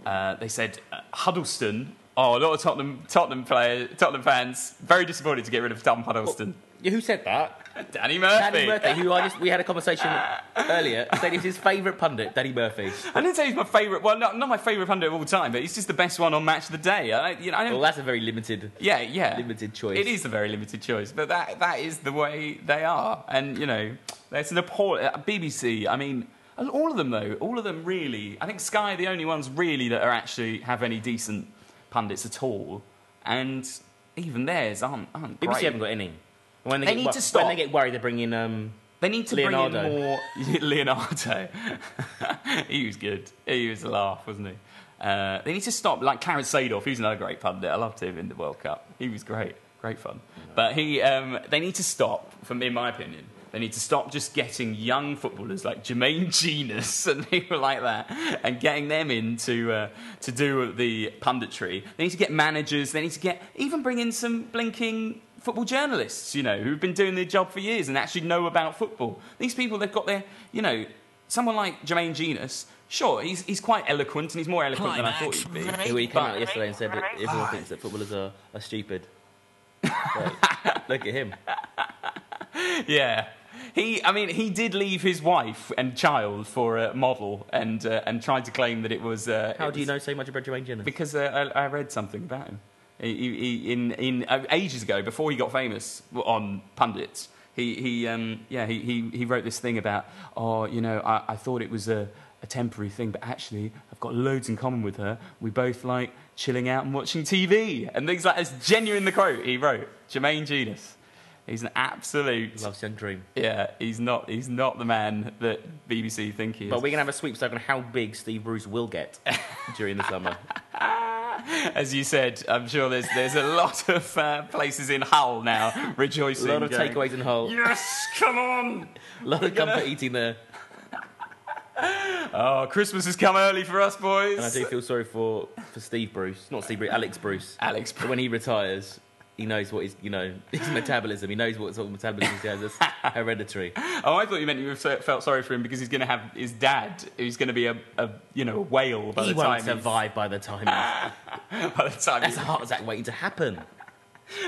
Speaker 3: uh, they said uh, Huddleston. Oh, a lot of Tottenham Tottenham player, Tottenham fans very disappointed to get rid of Tom Huddleston.
Speaker 4: Yeah, Who said that?
Speaker 3: Danny Murphy.
Speaker 4: Danny Murphy, who I just, we had
Speaker 3: <laughs>
Speaker 4: a conversation earlier, said he was his favourite pundit, Danny Murphy.
Speaker 3: I didn't say he's my favourite. Well, not, not my favourite pundit of all time, but he's just the best one on Match of the Day. I, you know, I don't,
Speaker 4: Well, that's a very limited.
Speaker 3: yeah, yeah,
Speaker 4: limited choice.
Speaker 3: It is a very limited choice, but that that is the way they are, and you know, that's an appalling. uh, BBC. I mean, and all of them though, all of them really. I think Sky are the only ones really that are actually have any decent pundits at all, and even theirs aren't aren't
Speaker 4: BBC
Speaker 3: great.
Speaker 4: haven't got any. When
Speaker 3: They
Speaker 4: get
Speaker 3: need
Speaker 4: wo-
Speaker 3: to stop.
Speaker 4: When they get worried, they bring in. Um,
Speaker 3: They need to bring
Speaker 4: Leonardo.
Speaker 3: in more <laughs> Leonardo. <laughs> he was good. He was a laugh, wasn't he? Uh, they need to stop like Clarence Seedorf. He's another great pundit. I loved him in the World Cup. He was great, great fun. But he, um, they need to stop. From in my opinion, they need to stop just getting young footballers like Jermaine <laughs> Genus and people like that, and getting them in to uh, to do the punditry. They need to get managers. They need to get even bring in some blinking football journalists, you know, who've been doing their job for years and actually know about football. These people, they've got their, you know, someone like Jermaine Genus, sure, he's, he's quite eloquent and he's more eloquent than I thought
Speaker 1: Climax.
Speaker 3: he'd be.
Speaker 4: who he came
Speaker 3: But-
Speaker 4: out yesterday and said that everyone thinks that footballers are, are <laughs> stupid. But look at him.
Speaker 3: Yeah. He, I mean, he did leave his wife and child for a model and, uh, and tried to claim that it was... Uh,
Speaker 4: How
Speaker 3: it
Speaker 4: do you
Speaker 3: was-
Speaker 4: know so much about Jermaine Jennings?
Speaker 3: Because uh, I, I read something about him. He, he, he- in in uh, ages ago, before he got famous on pundits, He, he, um, yeah, he, he, he wrote this thing about, oh, you know, I, I thought it was a, a temporary thing, but actually, I've got loads in common with her. We both like chilling out and watching TV and things like that's genuine. The quote he wrote, Jermaine Judas. He's an absolute.
Speaker 4: <laughs> Love's Young Dream.
Speaker 3: Yeah, he's not. He's not the man that BBC think he is.
Speaker 4: But we're going to have a sweepstake on how big Steve Bruce will <laughs> get during the summer.
Speaker 3: As you said, I'm sure there's there's a lot of uh, places in Hull now
Speaker 4: A
Speaker 3: rejoicing.
Speaker 4: lot of
Speaker 3: going,
Speaker 4: takeaways in Hull.
Speaker 3: Yes, come on.
Speaker 4: A lot of comfort eating there.
Speaker 3: Oh, Christmas has come early for us boys.
Speaker 4: And I do feel sorry for, for Steve Bruce. Not Steve Bruce, Alex Bruce.
Speaker 3: Alex
Speaker 4: But when he retires, he knows what his, you know, <laughs> his metabolism. He knows what sort of metabolism he has. <laughs> It's hereditary.
Speaker 3: Oh, I thought you meant you so- felt sorry for him because he's going to have his dad, who's going to be a, a you know a whale by
Speaker 4: He
Speaker 3: the time
Speaker 4: won't
Speaker 3: he's-
Speaker 4: survive by the time. he's-
Speaker 3: <laughs> by the time
Speaker 4: <laughs> That's
Speaker 3: he's
Speaker 4: a heart attack waiting to happen.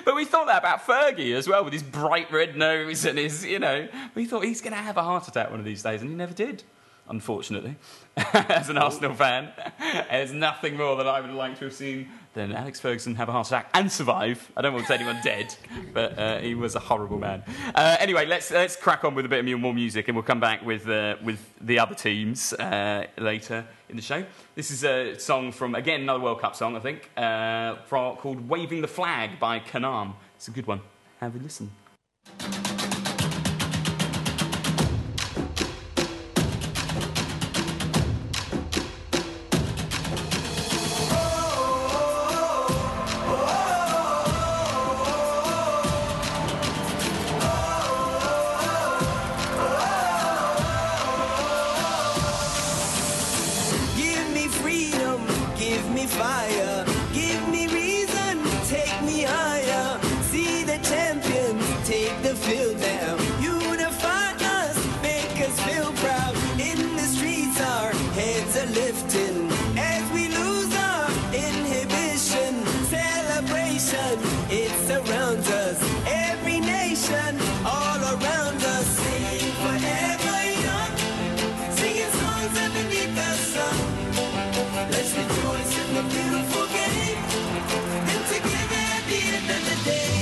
Speaker 3: But we thought that about Fergie as well, with his bright red nose and his, you know, we thought he's going to have a heart attack one of these days, and he never did, unfortunately. <laughs> as an Arsenal fan, there's nothing more that I would like to have seen than Alex Ferguson have a heart attack and survive. I don't want to say anyone dead, but uh, he was a horrible man. Uh, anyway, let's let's crack on with a bit of mu- more music, and we'll come back with uh, with the other teams uh, later in the show. This is a song from again another World Cup song, I think, uh, from, called "Waving the Flag" by Kanam. It's a good one. Have a listen.
Speaker 8: Give me freedom, give me fire, give me reason, take me higher. See the champions, take the field now. Unify us, make us feel proud. In the streets, our heads are lifting as we lose our inhibition. Celebration, it surrounds us. Every nation, all around us, singing forever young singing songs underneath the sun. Let's rejoice in the beautiful game. And together at the end of the day,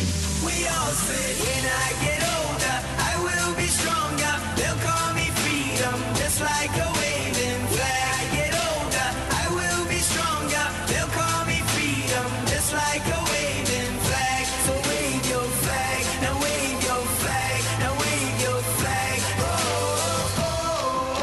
Speaker 8: we all say, when I get older, I will be stronger. They'll call me freedom, just like a waving flag. I get older, I will be stronger. They'll call me freedom, just like a waving flag. So wave your flag, now wave your flag, now wave your flag. Oh.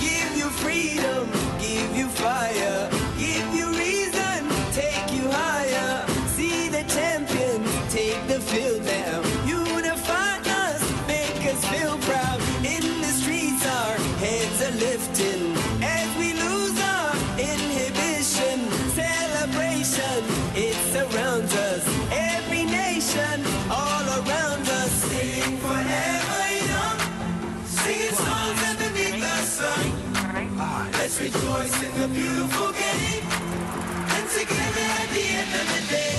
Speaker 8: Give you freedom, give you fire, give you reason, take you higher. See the champions, take the field now. Unify us, make us feel proud. In the streets, our heads are lifting as we lose our inhibition. Celebration, it surrounds us. Every nation, all around us, singing forever young, singing songs underneath the sun. Let's rejoice in the beautiful game. And together at the end of the day,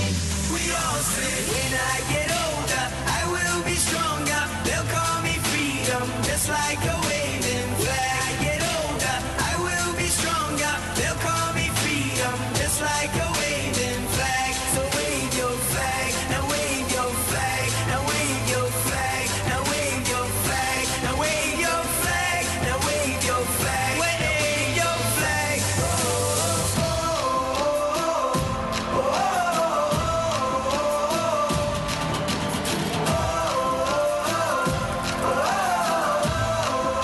Speaker 8: we all say, when I get older, I will be stronger. They'll call me freedom, just like a waving flag. I get older, I will be stronger. They'll call me freedom, just like a waving flag. So wave your flag, now wave your flag, now wave your flag, now wave your flag, now wave your flag, now wave your flag, wave your flag.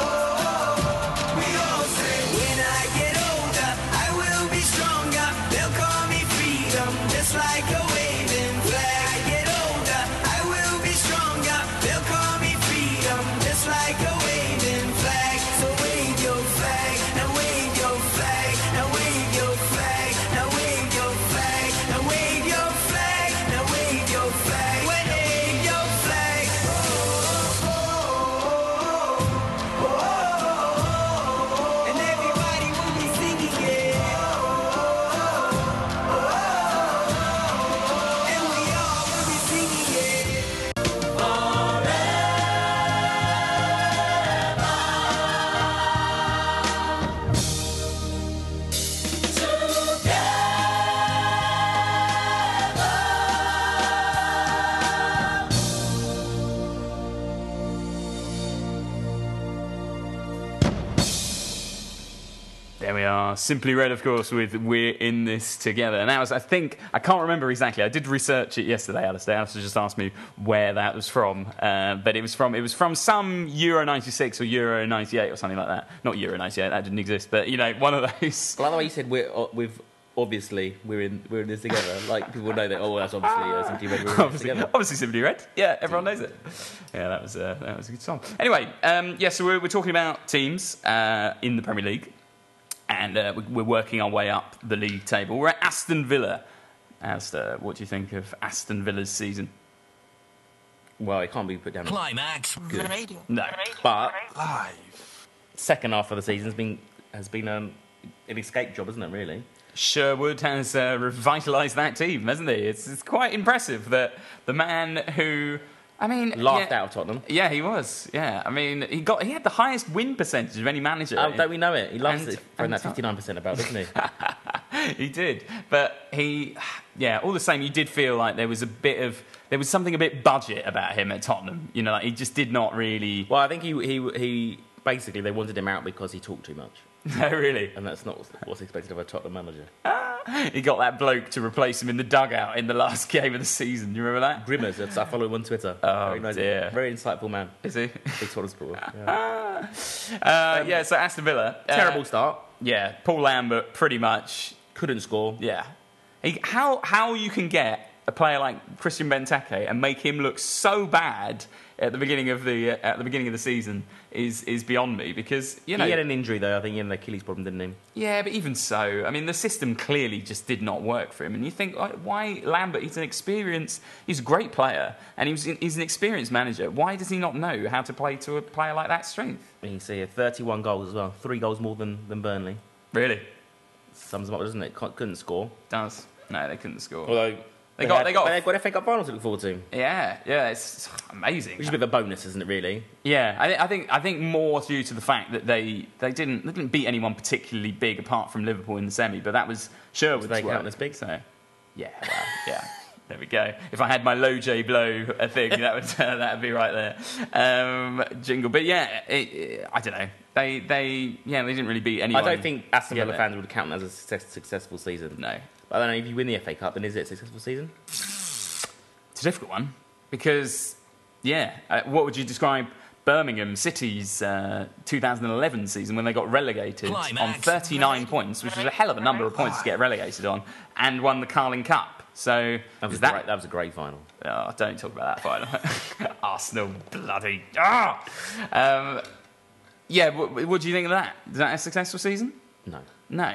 Speaker 8: We all say, when I get older, I will be stronger. They'll call me freedom, just like a waving flag. I get older, I will be stronger. They'll call me freedom, just like a waving flag. So wave your flag, now wave your flag, now wave your flag, now wave your flag, now wave your flag, now wave your flag, wave your flag. And everybody will be singing it.
Speaker 3: are simply red, of course, with We're in This Together. And that was, I think, I can't remember exactly. I did research it yesterday, Alistair. Alistair just asked me where that was from. Uh, but it was from it was from some Euro 96 or Euro 98 or something like that. Not Euro 98, that didn't exist. But, you know, one of those.
Speaker 4: I like the way you said we're uh, we've obviously we're in we're in this together. Like people know that. Oh, that's obviously uh, Simply Red. We're in this
Speaker 3: obviously,
Speaker 4: together.
Speaker 3: obviously Simply Red. Yeah, everyone knows it. Yeah, that was uh, that was a good song. Anyway, um, yeah, so we're, we're talking about teams uh, in the Premier League, and uh, we- we're working our way up the league table. We're at Aston Villa. Alistair, what do you think of Aston Villa's season?
Speaker 4: Well, it can't be put down.
Speaker 1: Climax
Speaker 6: radio,
Speaker 3: No.
Speaker 6: radio,
Speaker 4: But-
Speaker 6: radio.
Speaker 4: Second half of the season's been has been um, an escape job, isn't it? Really.
Speaker 3: Sherwood has uh, revitalised that team, hasn't he? It's, it's quite impressive that the man who, I mean,
Speaker 4: Laughed
Speaker 3: yeah,
Speaker 4: out of Tottenham.
Speaker 3: Yeah, he was. Yeah, I mean, he got he had the highest win percentage of any manager.
Speaker 4: Oh,
Speaker 3: in-
Speaker 4: don't we know it? He loves
Speaker 3: And-
Speaker 4: it. Throwing that
Speaker 3: and-
Speaker 4: fifty nine percent about, doesn't
Speaker 3: <laughs>
Speaker 4: he?
Speaker 3: he did. But he, yeah, all the same, you did feel like there was a bit of, there was something a bit budget about him at Tottenham. You know, like he just did not really. <laughs>
Speaker 4: well, I think he he he basically they wanted him out because he talked too much,
Speaker 3: No, really.
Speaker 4: and that's not what's- what's expected of a Tottenham manager.
Speaker 3: He got that bloke to replace him in the dugout in the last <laughs> game of the season. You remember that?
Speaker 4: Grimmers. that's- I follow him on Twitter.
Speaker 3: Oh,
Speaker 4: very nice,
Speaker 3: dear.
Speaker 4: very insightful man.
Speaker 3: Is he?
Speaker 4: Big Tottenham supporter. Yeah.
Speaker 3: <laughs> Uh, yeah, so Aston Villa. uh,
Speaker 4: Terrible start.
Speaker 3: Yeah, Paul Lambert, pretty much.
Speaker 4: Couldn't score.
Speaker 3: Yeah. He, how, how you can get a player like Christian Benteke and make him look so bad at the beginning of the, at the, beginning of the season is, is beyond me because, you know.
Speaker 4: He had an injury though. I think he had an Achilles problem, didn't he?
Speaker 3: Yeah, but even so, I mean, the system clearly just did not work for him. And you think, like, why Lambert? He's an experienced, he's a great player, and he was, he's an experienced manager. Why does he not know how to play to a player like that strength?
Speaker 4: You can see here, 31 goals as well. Three goals more than, than Burnley.
Speaker 3: Really?
Speaker 4: Sums them up, doesn't it? Can't- Couldn't score.
Speaker 3: Does. No, they couldn't score.
Speaker 4: Although
Speaker 3: They got-
Speaker 4: had-
Speaker 3: they got-
Speaker 4: but they've got FA Cup final to look forward to,
Speaker 3: yeah, yeah, it's amazing.
Speaker 4: which is a bit of a bonus, isn't it? Really.
Speaker 3: Yeah, I, thi- I think I think more due to the fact that they, they didn't they didn't beat anyone particularly big apart from Liverpool in the semi, but that was Sherwood's
Speaker 4: they
Speaker 3: work.
Speaker 4: count as big?
Speaker 3: So, yeah, well, yeah. <laughs> There we go. If I had my low J blow a thing, that would <laughs> uh, that would be right there, um, jingle. But yeah, it, it- I don't know. They they yeah they didn't really beat anyone.
Speaker 4: I don't think Aston
Speaker 3: Yeah,
Speaker 4: Villa
Speaker 3: but-
Speaker 4: fans would count that as a success, successful season.
Speaker 3: No,
Speaker 4: But I don't know if you win the FA Cup, then is it a successful season?
Speaker 3: it's a difficult one because yeah, uh, what would you describe? Birmingham City's uh, 2011 season when they got relegated on
Speaker 1: Climax.
Speaker 3: 39 points, which was a hell of a number of points to get relegated on, and won the Carling Cup. So
Speaker 4: That was,
Speaker 3: is that
Speaker 4: great, that was a great final.
Speaker 3: Oh, don't talk about that final. <laughs> Arsenal, bloody. Ah! Um, yeah, what, what do you think of that? Is that a successful season?
Speaker 4: No.
Speaker 3: No.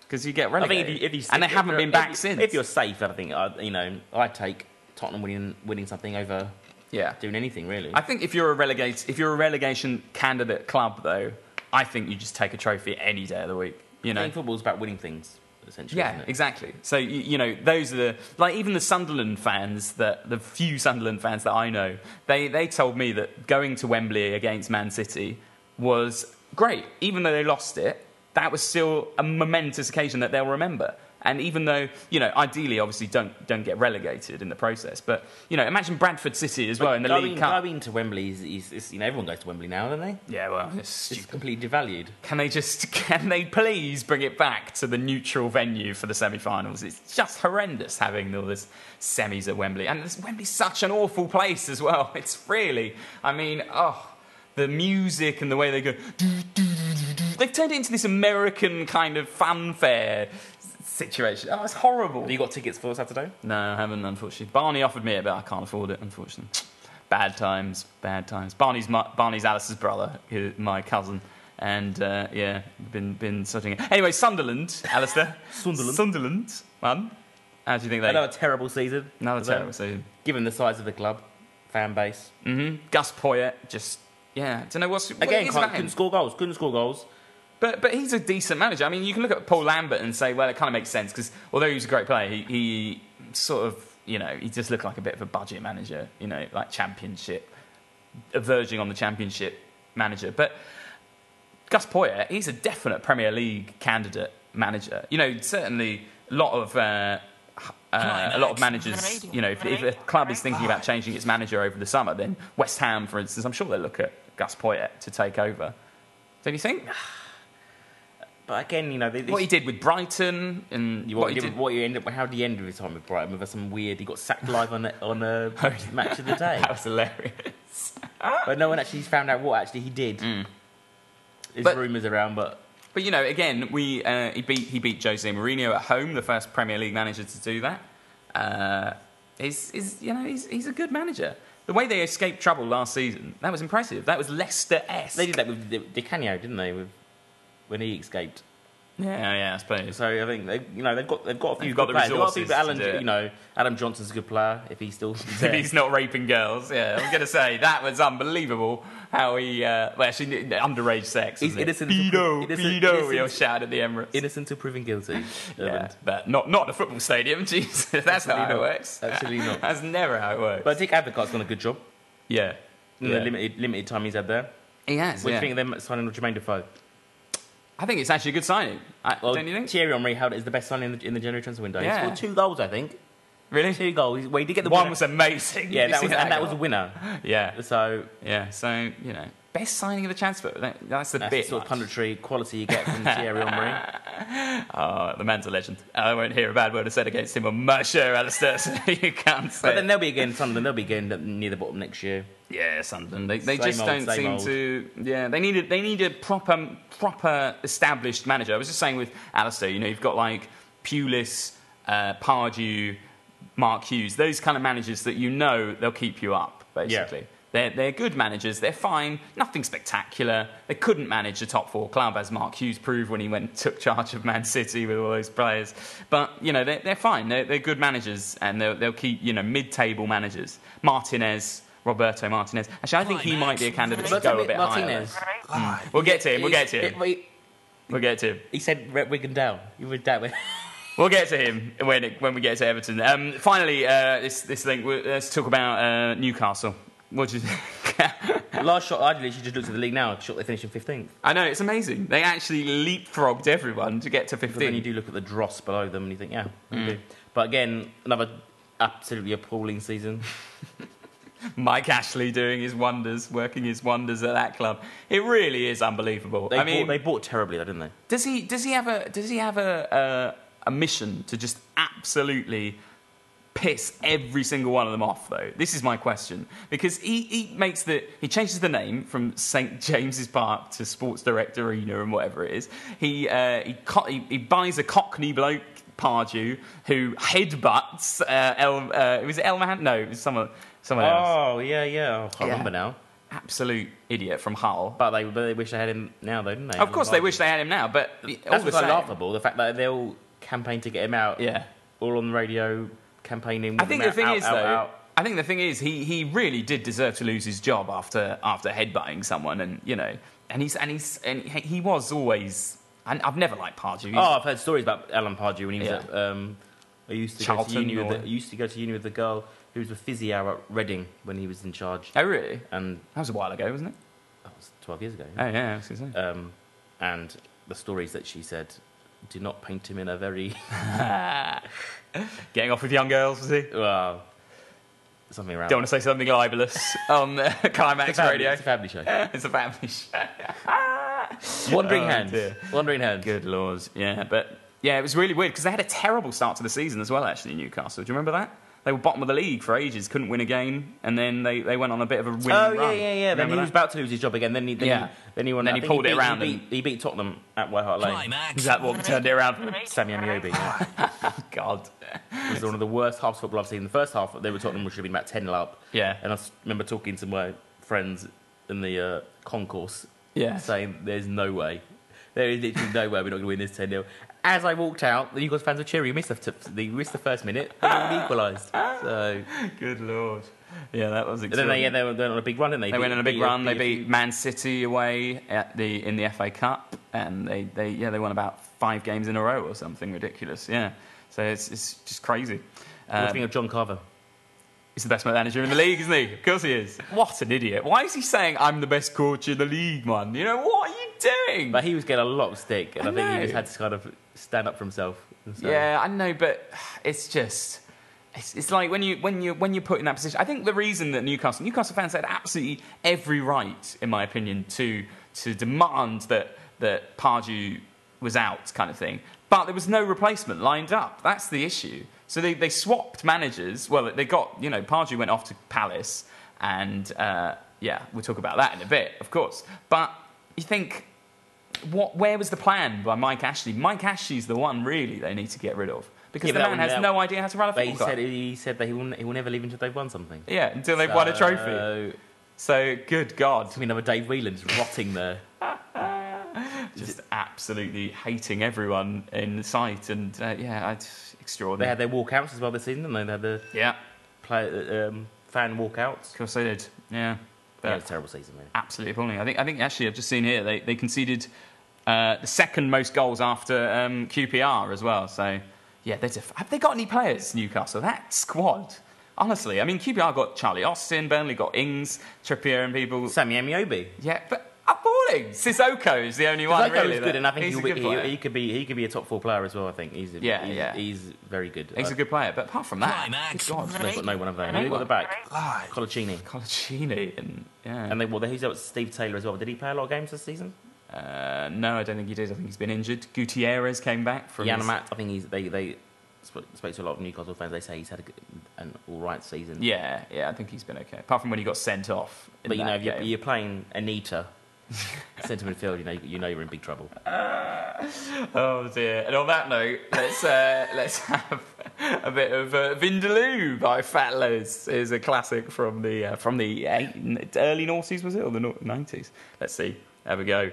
Speaker 3: Because you get
Speaker 4: I think
Speaker 3: relegated.
Speaker 4: if you, if you
Speaker 3: and they
Speaker 4: if
Speaker 3: haven't
Speaker 4: you're-
Speaker 3: been
Speaker 4: if
Speaker 3: back
Speaker 4: you-
Speaker 3: since.
Speaker 4: If you're safe, I think I, you know I take Tottenham winning winning something over
Speaker 3: yeah.
Speaker 4: doing anything really.
Speaker 3: I think if you're a relegate, if you're a relegation candidate club, though, I think you just take a trophy any day of the week. You know,
Speaker 4: Playing football's about winning things essentially.
Speaker 3: Yeah,
Speaker 4: isn't it?
Speaker 3: exactly. So you, you know, those are the like even the Sunderland fans that the few Sunderland fans that I know, they they told me that going to Wembley against Man City was great, even though they lost it. That was still a momentous occasion that they'll remember. And even though you know, ideally, obviously, don't don't get relegated in the process. But you know, imagine Bradford City as well in the
Speaker 4: going,
Speaker 3: League Cup.
Speaker 4: Going to Wembley is, is, is you know everyone goes to Wembley now, don't they?
Speaker 3: yeah, well, it's
Speaker 4: It's
Speaker 3: stupid.
Speaker 4: completely devalued.
Speaker 3: Can they just <laughs> can they please bring it back to the neutral venue for the semi-finals? It's just horrendous having all this semis at Wembley, and this, Wembley's such an awful place as well. <laughs> It's really, I mean, oh, the music and the way they go. "Doo, doo, doo, doo, doo." They've turned it into this American kind of fanfare s- situation. Oh, it's horrible.
Speaker 4: Have you got tickets for Saturday?
Speaker 3: No, I haven't, unfortunately. Barney offered me it, but I can't afford it, unfortunately. Bad times, bad times. Barney's my, Barney's Alice's brother, who, my cousin, and uh, yeah, been been sorting it. Anyway, Sunderland, Alistair.
Speaker 4: <laughs> Sunderland.
Speaker 3: Sunderland, man. How do you think they?
Speaker 4: Another terrible season.
Speaker 3: Another
Speaker 4: for them,
Speaker 3: terrible season.
Speaker 4: Given the size of the club, fan base.
Speaker 3: hmm Gus Poyet, just yeah. Don't know what's what it
Speaker 4: Again,
Speaker 3: is
Speaker 4: can't-
Speaker 3: about him.
Speaker 4: couldn't score goals. Couldn't score goals.
Speaker 3: But but he's a decent manager. I mean, you can look at Paul Lambert and say, well, it kind of makes sense because although he was a great player, he, he sort of you know he just looked like a bit of a budget manager, you know, like championship, verging on the championship manager. But Gus Poyet, he's a definite Premier League candidate manager. You know, certainly a lot of. Uh, uh, a lot of managers, you know, if, if a club is thinking about changing its manager over the summer, then West Ham, for instance, I'm sure they'll look at Gus Poyet to take over. Don't you think?
Speaker 4: But again, you know, they,
Speaker 3: What he did with Brighton and
Speaker 4: You,
Speaker 3: what
Speaker 4: what,
Speaker 3: he
Speaker 4: you
Speaker 3: did.
Speaker 4: did, what you ended up, how did he end his time with Brighton? With some weird, he got sacked live on a,
Speaker 3: <laughs>
Speaker 4: on a match of the day,
Speaker 3: <laughs> that was hilarious.
Speaker 4: but no one actually found out what actually he did. There's
Speaker 3: Mm. But-
Speaker 4: rumours around, but
Speaker 3: But you know, again, we uh, he beat he beat Jose Mourinho at home, the first Premier League manager to do that. Uh, he's, he's you know he's, he's a good manager. The way they escaped trouble last season, that was impressive. That was Leicester esque.
Speaker 4: they did that with Di Di Canio, didn't they? With when he escaped.
Speaker 3: Yeah, yeah, I suppose.
Speaker 4: So I think they, you know they've got they've got a few
Speaker 3: They've
Speaker 4: good
Speaker 3: got the
Speaker 4: players. They've
Speaker 3: resources
Speaker 4: got people- Alan,
Speaker 3: to do it.
Speaker 4: you know, Adam Johnson's a good player if he's still
Speaker 3: <laughs>
Speaker 4: there.
Speaker 3: If he's not raping girls, yeah, I was going to say that was unbelievable. How he, uh, well, actually, no, underage sex.
Speaker 4: He's
Speaker 3: isn't it?
Speaker 4: innocent
Speaker 3: Pedo,
Speaker 4: until pro-
Speaker 3: pedo.
Speaker 4: innocent-
Speaker 3: He'll
Speaker 4: innocent-
Speaker 3: shout at the Emirates.
Speaker 4: innocent till proven
Speaker 3: <laughs>
Speaker 4: guilty.
Speaker 3: Yeah,
Speaker 4: Irvine.
Speaker 3: but not not a football stadium. <laughs> Jesus, that's not how it
Speaker 4: Absolutely not.
Speaker 3: works.
Speaker 4: Absolutely not.
Speaker 3: <laughs> That's never how it works.
Speaker 4: But I think Advocaat's done a good job
Speaker 3: yeah,
Speaker 4: in
Speaker 3: yeah.
Speaker 4: the limited limited time he's had there.
Speaker 3: He has.
Speaker 4: What
Speaker 3: yeah.
Speaker 4: do you think of them signing with Jermaine Defoe?
Speaker 3: I think it's actually a good signing. I,
Speaker 4: Well,
Speaker 3: don't you think?
Speaker 4: Thierry Henry held it as the best signing in the, in the January transfer window.
Speaker 3: Yeah.
Speaker 4: He scored two goals, I think.
Speaker 3: Really?
Speaker 4: Two goals. Well, he did get the
Speaker 3: One
Speaker 4: winner.
Speaker 3: was amazing. <laughs> Did
Speaker 4: yeah,
Speaker 3: you
Speaker 4: that
Speaker 3: see
Speaker 4: was, and that was a
Speaker 3: goal? <laughs>
Speaker 4: winner.
Speaker 3: yeah,
Speaker 4: So
Speaker 3: yeah. So you know, best signing of the transfer. That, that's the
Speaker 4: that's
Speaker 3: bit.
Speaker 4: the sort of
Speaker 3: like,
Speaker 4: punditry quality you
Speaker 3: <laughs>
Speaker 4: get from Thierry Henry.
Speaker 3: oh, the man's a legend. I won't hear a bad word said against him on my show, Alistair. <laughs> So you can't say.
Speaker 4: But then they'll be again Sunderland. They'll be again near the bottom next year.
Speaker 3: Yeah, Sunderland. They, they
Speaker 4: Same
Speaker 3: just
Speaker 4: old,
Speaker 3: don't
Speaker 4: same
Speaker 3: seem
Speaker 4: old.
Speaker 3: to. Yeah, they need a, they need a proper proper established manager. I was just saying with Alistair, you know, you've got like Pulis, uh, Pardew, Mark Hughes, those kind of managers that you know they'll keep you up. Basically, they're they're good managers. They're fine. Nothing spectacular. They couldn't manage a top four club as Mark Hughes proved when he went and took charge of Man City with all those players. But you know, they're they're fine. They're, they're good managers and they'll they'll keep you know mid table managers. Martinez. Roberto Martinez. Actually, I think he might be a candidate to go a bit
Speaker 4: Martinez.
Speaker 3: higher. We'll get to him. We'll get to him.
Speaker 4: He,
Speaker 3: We'll get to him.
Speaker 4: he said "Re- Wigan down. You were down. with- <laughs>
Speaker 3: We'll get to him when it, when we get to Everton. Um, finally, uh, this this thing. we- Let's talk about uh, Newcastle. What do you think? <laughs>
Speaker 4: Last shot, I literally just looked at the league now. Shot they finish in 15th.
Speaker 3: I know it's amazing. They actually leapfrogged everyone to get to
Speaker 4: But then
Speaker 3: 15.
Speaker 4: you do look at the dross below them and you think, yeah, we do. But again, another absolutely appalling season. <laughs>
Speaker 3: Mike Ashley doing his wonders, working his wonders at that club. It really is unbelievable.
Speaker 4: They
Speaker 3: I
Speaker 4: bought,
Speaker 3: mean,
Speaker 4: they bought terribly, though, didn't they?
Speaker 3: Does he does he have a does he have a uh, a mission to just absolutely piss every single one of them off though? This is my question because he, he makes the he changes the name from St James's Park to Sports Direct Arena and whatever it is. He uh, he, co- he he buys a Cockney bloke. Pardew, who headbutts uh, El, uh, it was El Mahan, no, it was someone, someone else.
Speaker 4: Oh yeah, yeah. I can't
Speaker 3: Yeah.
Speaker 4: remember now.
Speaker 3: Absolute idiot from Hull.
Speaker 4: But they, but they wish they had him now, though, didn't they?
Speaker 3: Of course, they wish they had him now, but all
Speaker 4: That's
Speaker 3: the
Speaker 4: what's so
Speaker 3: same-
Speaker 4: laughable. The fact that they all campaigned to get him out.
Speaker 3: Yeah.
Speaker 4: All on the radio campaigning.
Speaker 3: I think the thing is
Speaker 4: out,
Speaker 3: though.
Speaker 4: out.
Speaker 3: I think the thing is he, he really did deserve to lose his job after after headbutting someone and you know and he's and he's and he he was always and I've never liked Pardew. He's-
Speaker 4: Oh, I've heard stories about Alan Pardew when he was
Speaker 3: Yeah.
Speaker 4: at. Um, I used to
Speaker 3: Charlton
Speaker 4: go to uni
Speaker 3: or-
Speaker 4: with. The, I used to go to uni with the girl who was a physio at Reading when he was in charge,
Speaker 3: Oh, really?
Speaker 4: and
Speaker 3: That was a while ago, wasn't it?
Speaker 4: that was twelve years ago.
Speaker 3: Oh yeah, I was gonna say.
Speaker 4: Um, and the stories that she said do not paint him in a very <laughs>
Speaker 3: Getting off with young girls, was he?
Speaker 4: well something around.
Speaker 3: Don't want to say something
Speaker 4: <laughs>
Speaker 3: libelous on uh, <laughs> Climax
Speaker 4: it's a family-
Speaker 3: Radio.
Speaker 4: It's a
Speaker 3: <laughs>
Speaker 4: family show.
Speaker 3: It's a family show.
Speaker 4: Wandering
Speaker 3: Oh,
Speaker 4: hands.
Speaker 3: dear.
Speaker 4: Wandering hands.
Speaker 3: Good lord, yeah, but yeah, it was really weird because they had a terrible start to the season as well. Actually, Newcastle, do you remember that? They were bottom of the league for ages, couldn't win a game, and then they, they went on a bit of a winning
Speaker 4: Oh yeah,
Speaker 3: run.
Speaker 4: yeah, yeah. Then
Speaker 3: Remember
Speaker 4: he was
Speaker 3: that?
Speaker 4: about to lose his job again. Then he, then
Speaker 3: Yeah.
Speaker 4: he, then he won.
Speaker 3: Then
Speaker 4: I
Speaker 3: he
Speaker 4: think
Speaker 3: pulled it
Speaker 4: beat-
Speaker 3: around
Speaker 4: He
Speaker 3: and-
Speaker 4: beat, he beat Tottenham at White Hart Lane.
Speaker 3: Is
Speaker 1: Climax.
Speaker 3: that what turned it around? for them?
Speaker 4: Sammy Amiobi yeah.
Speaker 3: God,
Speaker 4: It was one of the worst halves of football I've seen. In the first half, they were Tottenham, which should have been about ten up.
Speaker 3: Yeah.
Speaker 4: And I s- remember talking to my friends in the uh, concourse,
Speaker 3: Yeah.
Speaker 4: saying, "There's no way, there is literally no way we're not going to win this ten 0 As I walked out, the Eagles fans were cheering. We missed the, t- they missed the first minute. They equalised. So
Speaker 3: good lord, yeah, that was.
Speaker 4: and then they, yeah, they were they went on a big run, didn't they?
Speaker 3: They
Speaker 4: Beat-
Speaker 3: went on a big
Speaker 4: beat
Speaker 3: run. They
Speaker 4: a
Speaker 3: beat Man City away at the in the FA Cup, and they, they yeah they won about five games in a row or something ridiculous. Yeah, so it's it's just crazy.
Speaker 4: What do you
Speaker 3: Um,
Speaker 4: think of John Carver?
Speaker 3: He's the best manager in the league, isn't he? Of course he is. What an idiot. Why is he saying, I'm the best coach in the league, man? You know, what are you doing?
Speaker 4: But he was getting a lot of stick, and
Speaker 3: I
Speaker 4: I, think
Speaker 3: know.
Speaker 4: he just had to kind of stand up for himself. And so-
Speaker 3: Yeah, I know, but it's just. It's, it's like when you when you when you're put in that position. I think the reason that Newcastle Newcastle fans had absolutely every right, in my opinion, to to demand that that Pardew was out, kind of thing. But there was no replacement lined up. That's the issue. So they, they swapped managers. Well, they got, you know, Pardew went off to Palace, and uh, yeah, we'll talk about that in a bit, of course. But you think, what, where was the plan by Mike Ashley? Mike Ashley's the one, really, they need to get rid of. Because
Speaker 4: Yeah,
Speaker 3: the
Speaker 4: that
Speaker 3: man
Speaker 4: one-
Speaker 3: has
Speaker 4: that-
Speaker 3: no idea how to run a
Speaker 4: But he
Speaker 3: football club.
Speaker 4: said he said that he will he will never leave until they've won something.
Speaker 3: yeah, until they've won a trophy.
Speaker 4: So,
Speaker 3: So, good God.
Speaker 4: I mean, another Dave Whelan's rotting there.
Speaker 3: just absolutely hating everyone in sight, and uh, yeah, I just,
Speaker 4: They
Speaker 3: extraordinary.
Speaker 4: had their walkouts as well this season, and they They had the
Speaker 3: yeah,
Speaker 4: play, um, fan walkouts.
Speaker 3: of course they did. Yeah,
Speaker 4: They
Speaker 3: They're
Speaker 4: had a terrible season. Really.
Speaker 3: absolutely appalling. I think I think actually I've just seen here they they conceded uh, the second most goals after um, QPR as well. So yeah, they're def- have they got any players Newcastle? That squad. Honestly, I mean, QPR got Charlie Austin, Burnley got Ings, Trippier, and people.
Speaker 4: Sammy Amiobi.
Speaker 3: Yeah, but appalling. Sissoko is the only one.
Speaker 4: Zyko
Speaker 3: really,
Speaker 4: is good,
Speaker 3: that-
Speaker 4: and I think
Speaker 3: he's
Speaker 4: he'll
Speaker 3: a
Speaker 4: be,
Speaker 3: good player.
Speaker 4: he, he could be he could be a top four player as well. I think he's a,
Speaker 3: Yeah,
Speaker 4: he's,
Speaker 3: yeah.
Speaker 4: he's very good.
Speaker 3: He's a good player, but apart from that,
Speaker 1: Climax.
Speaker 3: good God,
Speaker 4: They've got no one of them.
Speaker 6: Right.
Speaker 4: They've got the back
Speaker 1: Live.
Speaker 4: Colaccini,
Speaker 3: Colaccini and yeah.
Speaker 4: and they well, he's out Steve Taylor as well. Did he play a lot of games this season?
Speaker 3: uh, no, I don't think he did. I think he's been injured. Gutierrez came back from. his-
Speaker 4: Yanamat, I think he's they they sp- spoke to a lot of Newcastle fans. They say he's had a, good- an all right season.
Speaker 3: yeah, yeah, I think he's been okay. Apart from when he got sent off. in
Speaker 4: but you know,
Speaker 3: that
Speaker 4: if you're,
Speaker 3: game.
Speaker 4: you're playing Anita, <laughs> centre midfield, you know you know you're in big trouble.
Speaker 3: Oh dear. And on that note, let's uh, <laughs> let's have a bit of uh, Vindaloo by Fat Liz. Is a classic from the uh, from the eight, early noughties, was it or the nineties? Let's see. There we go.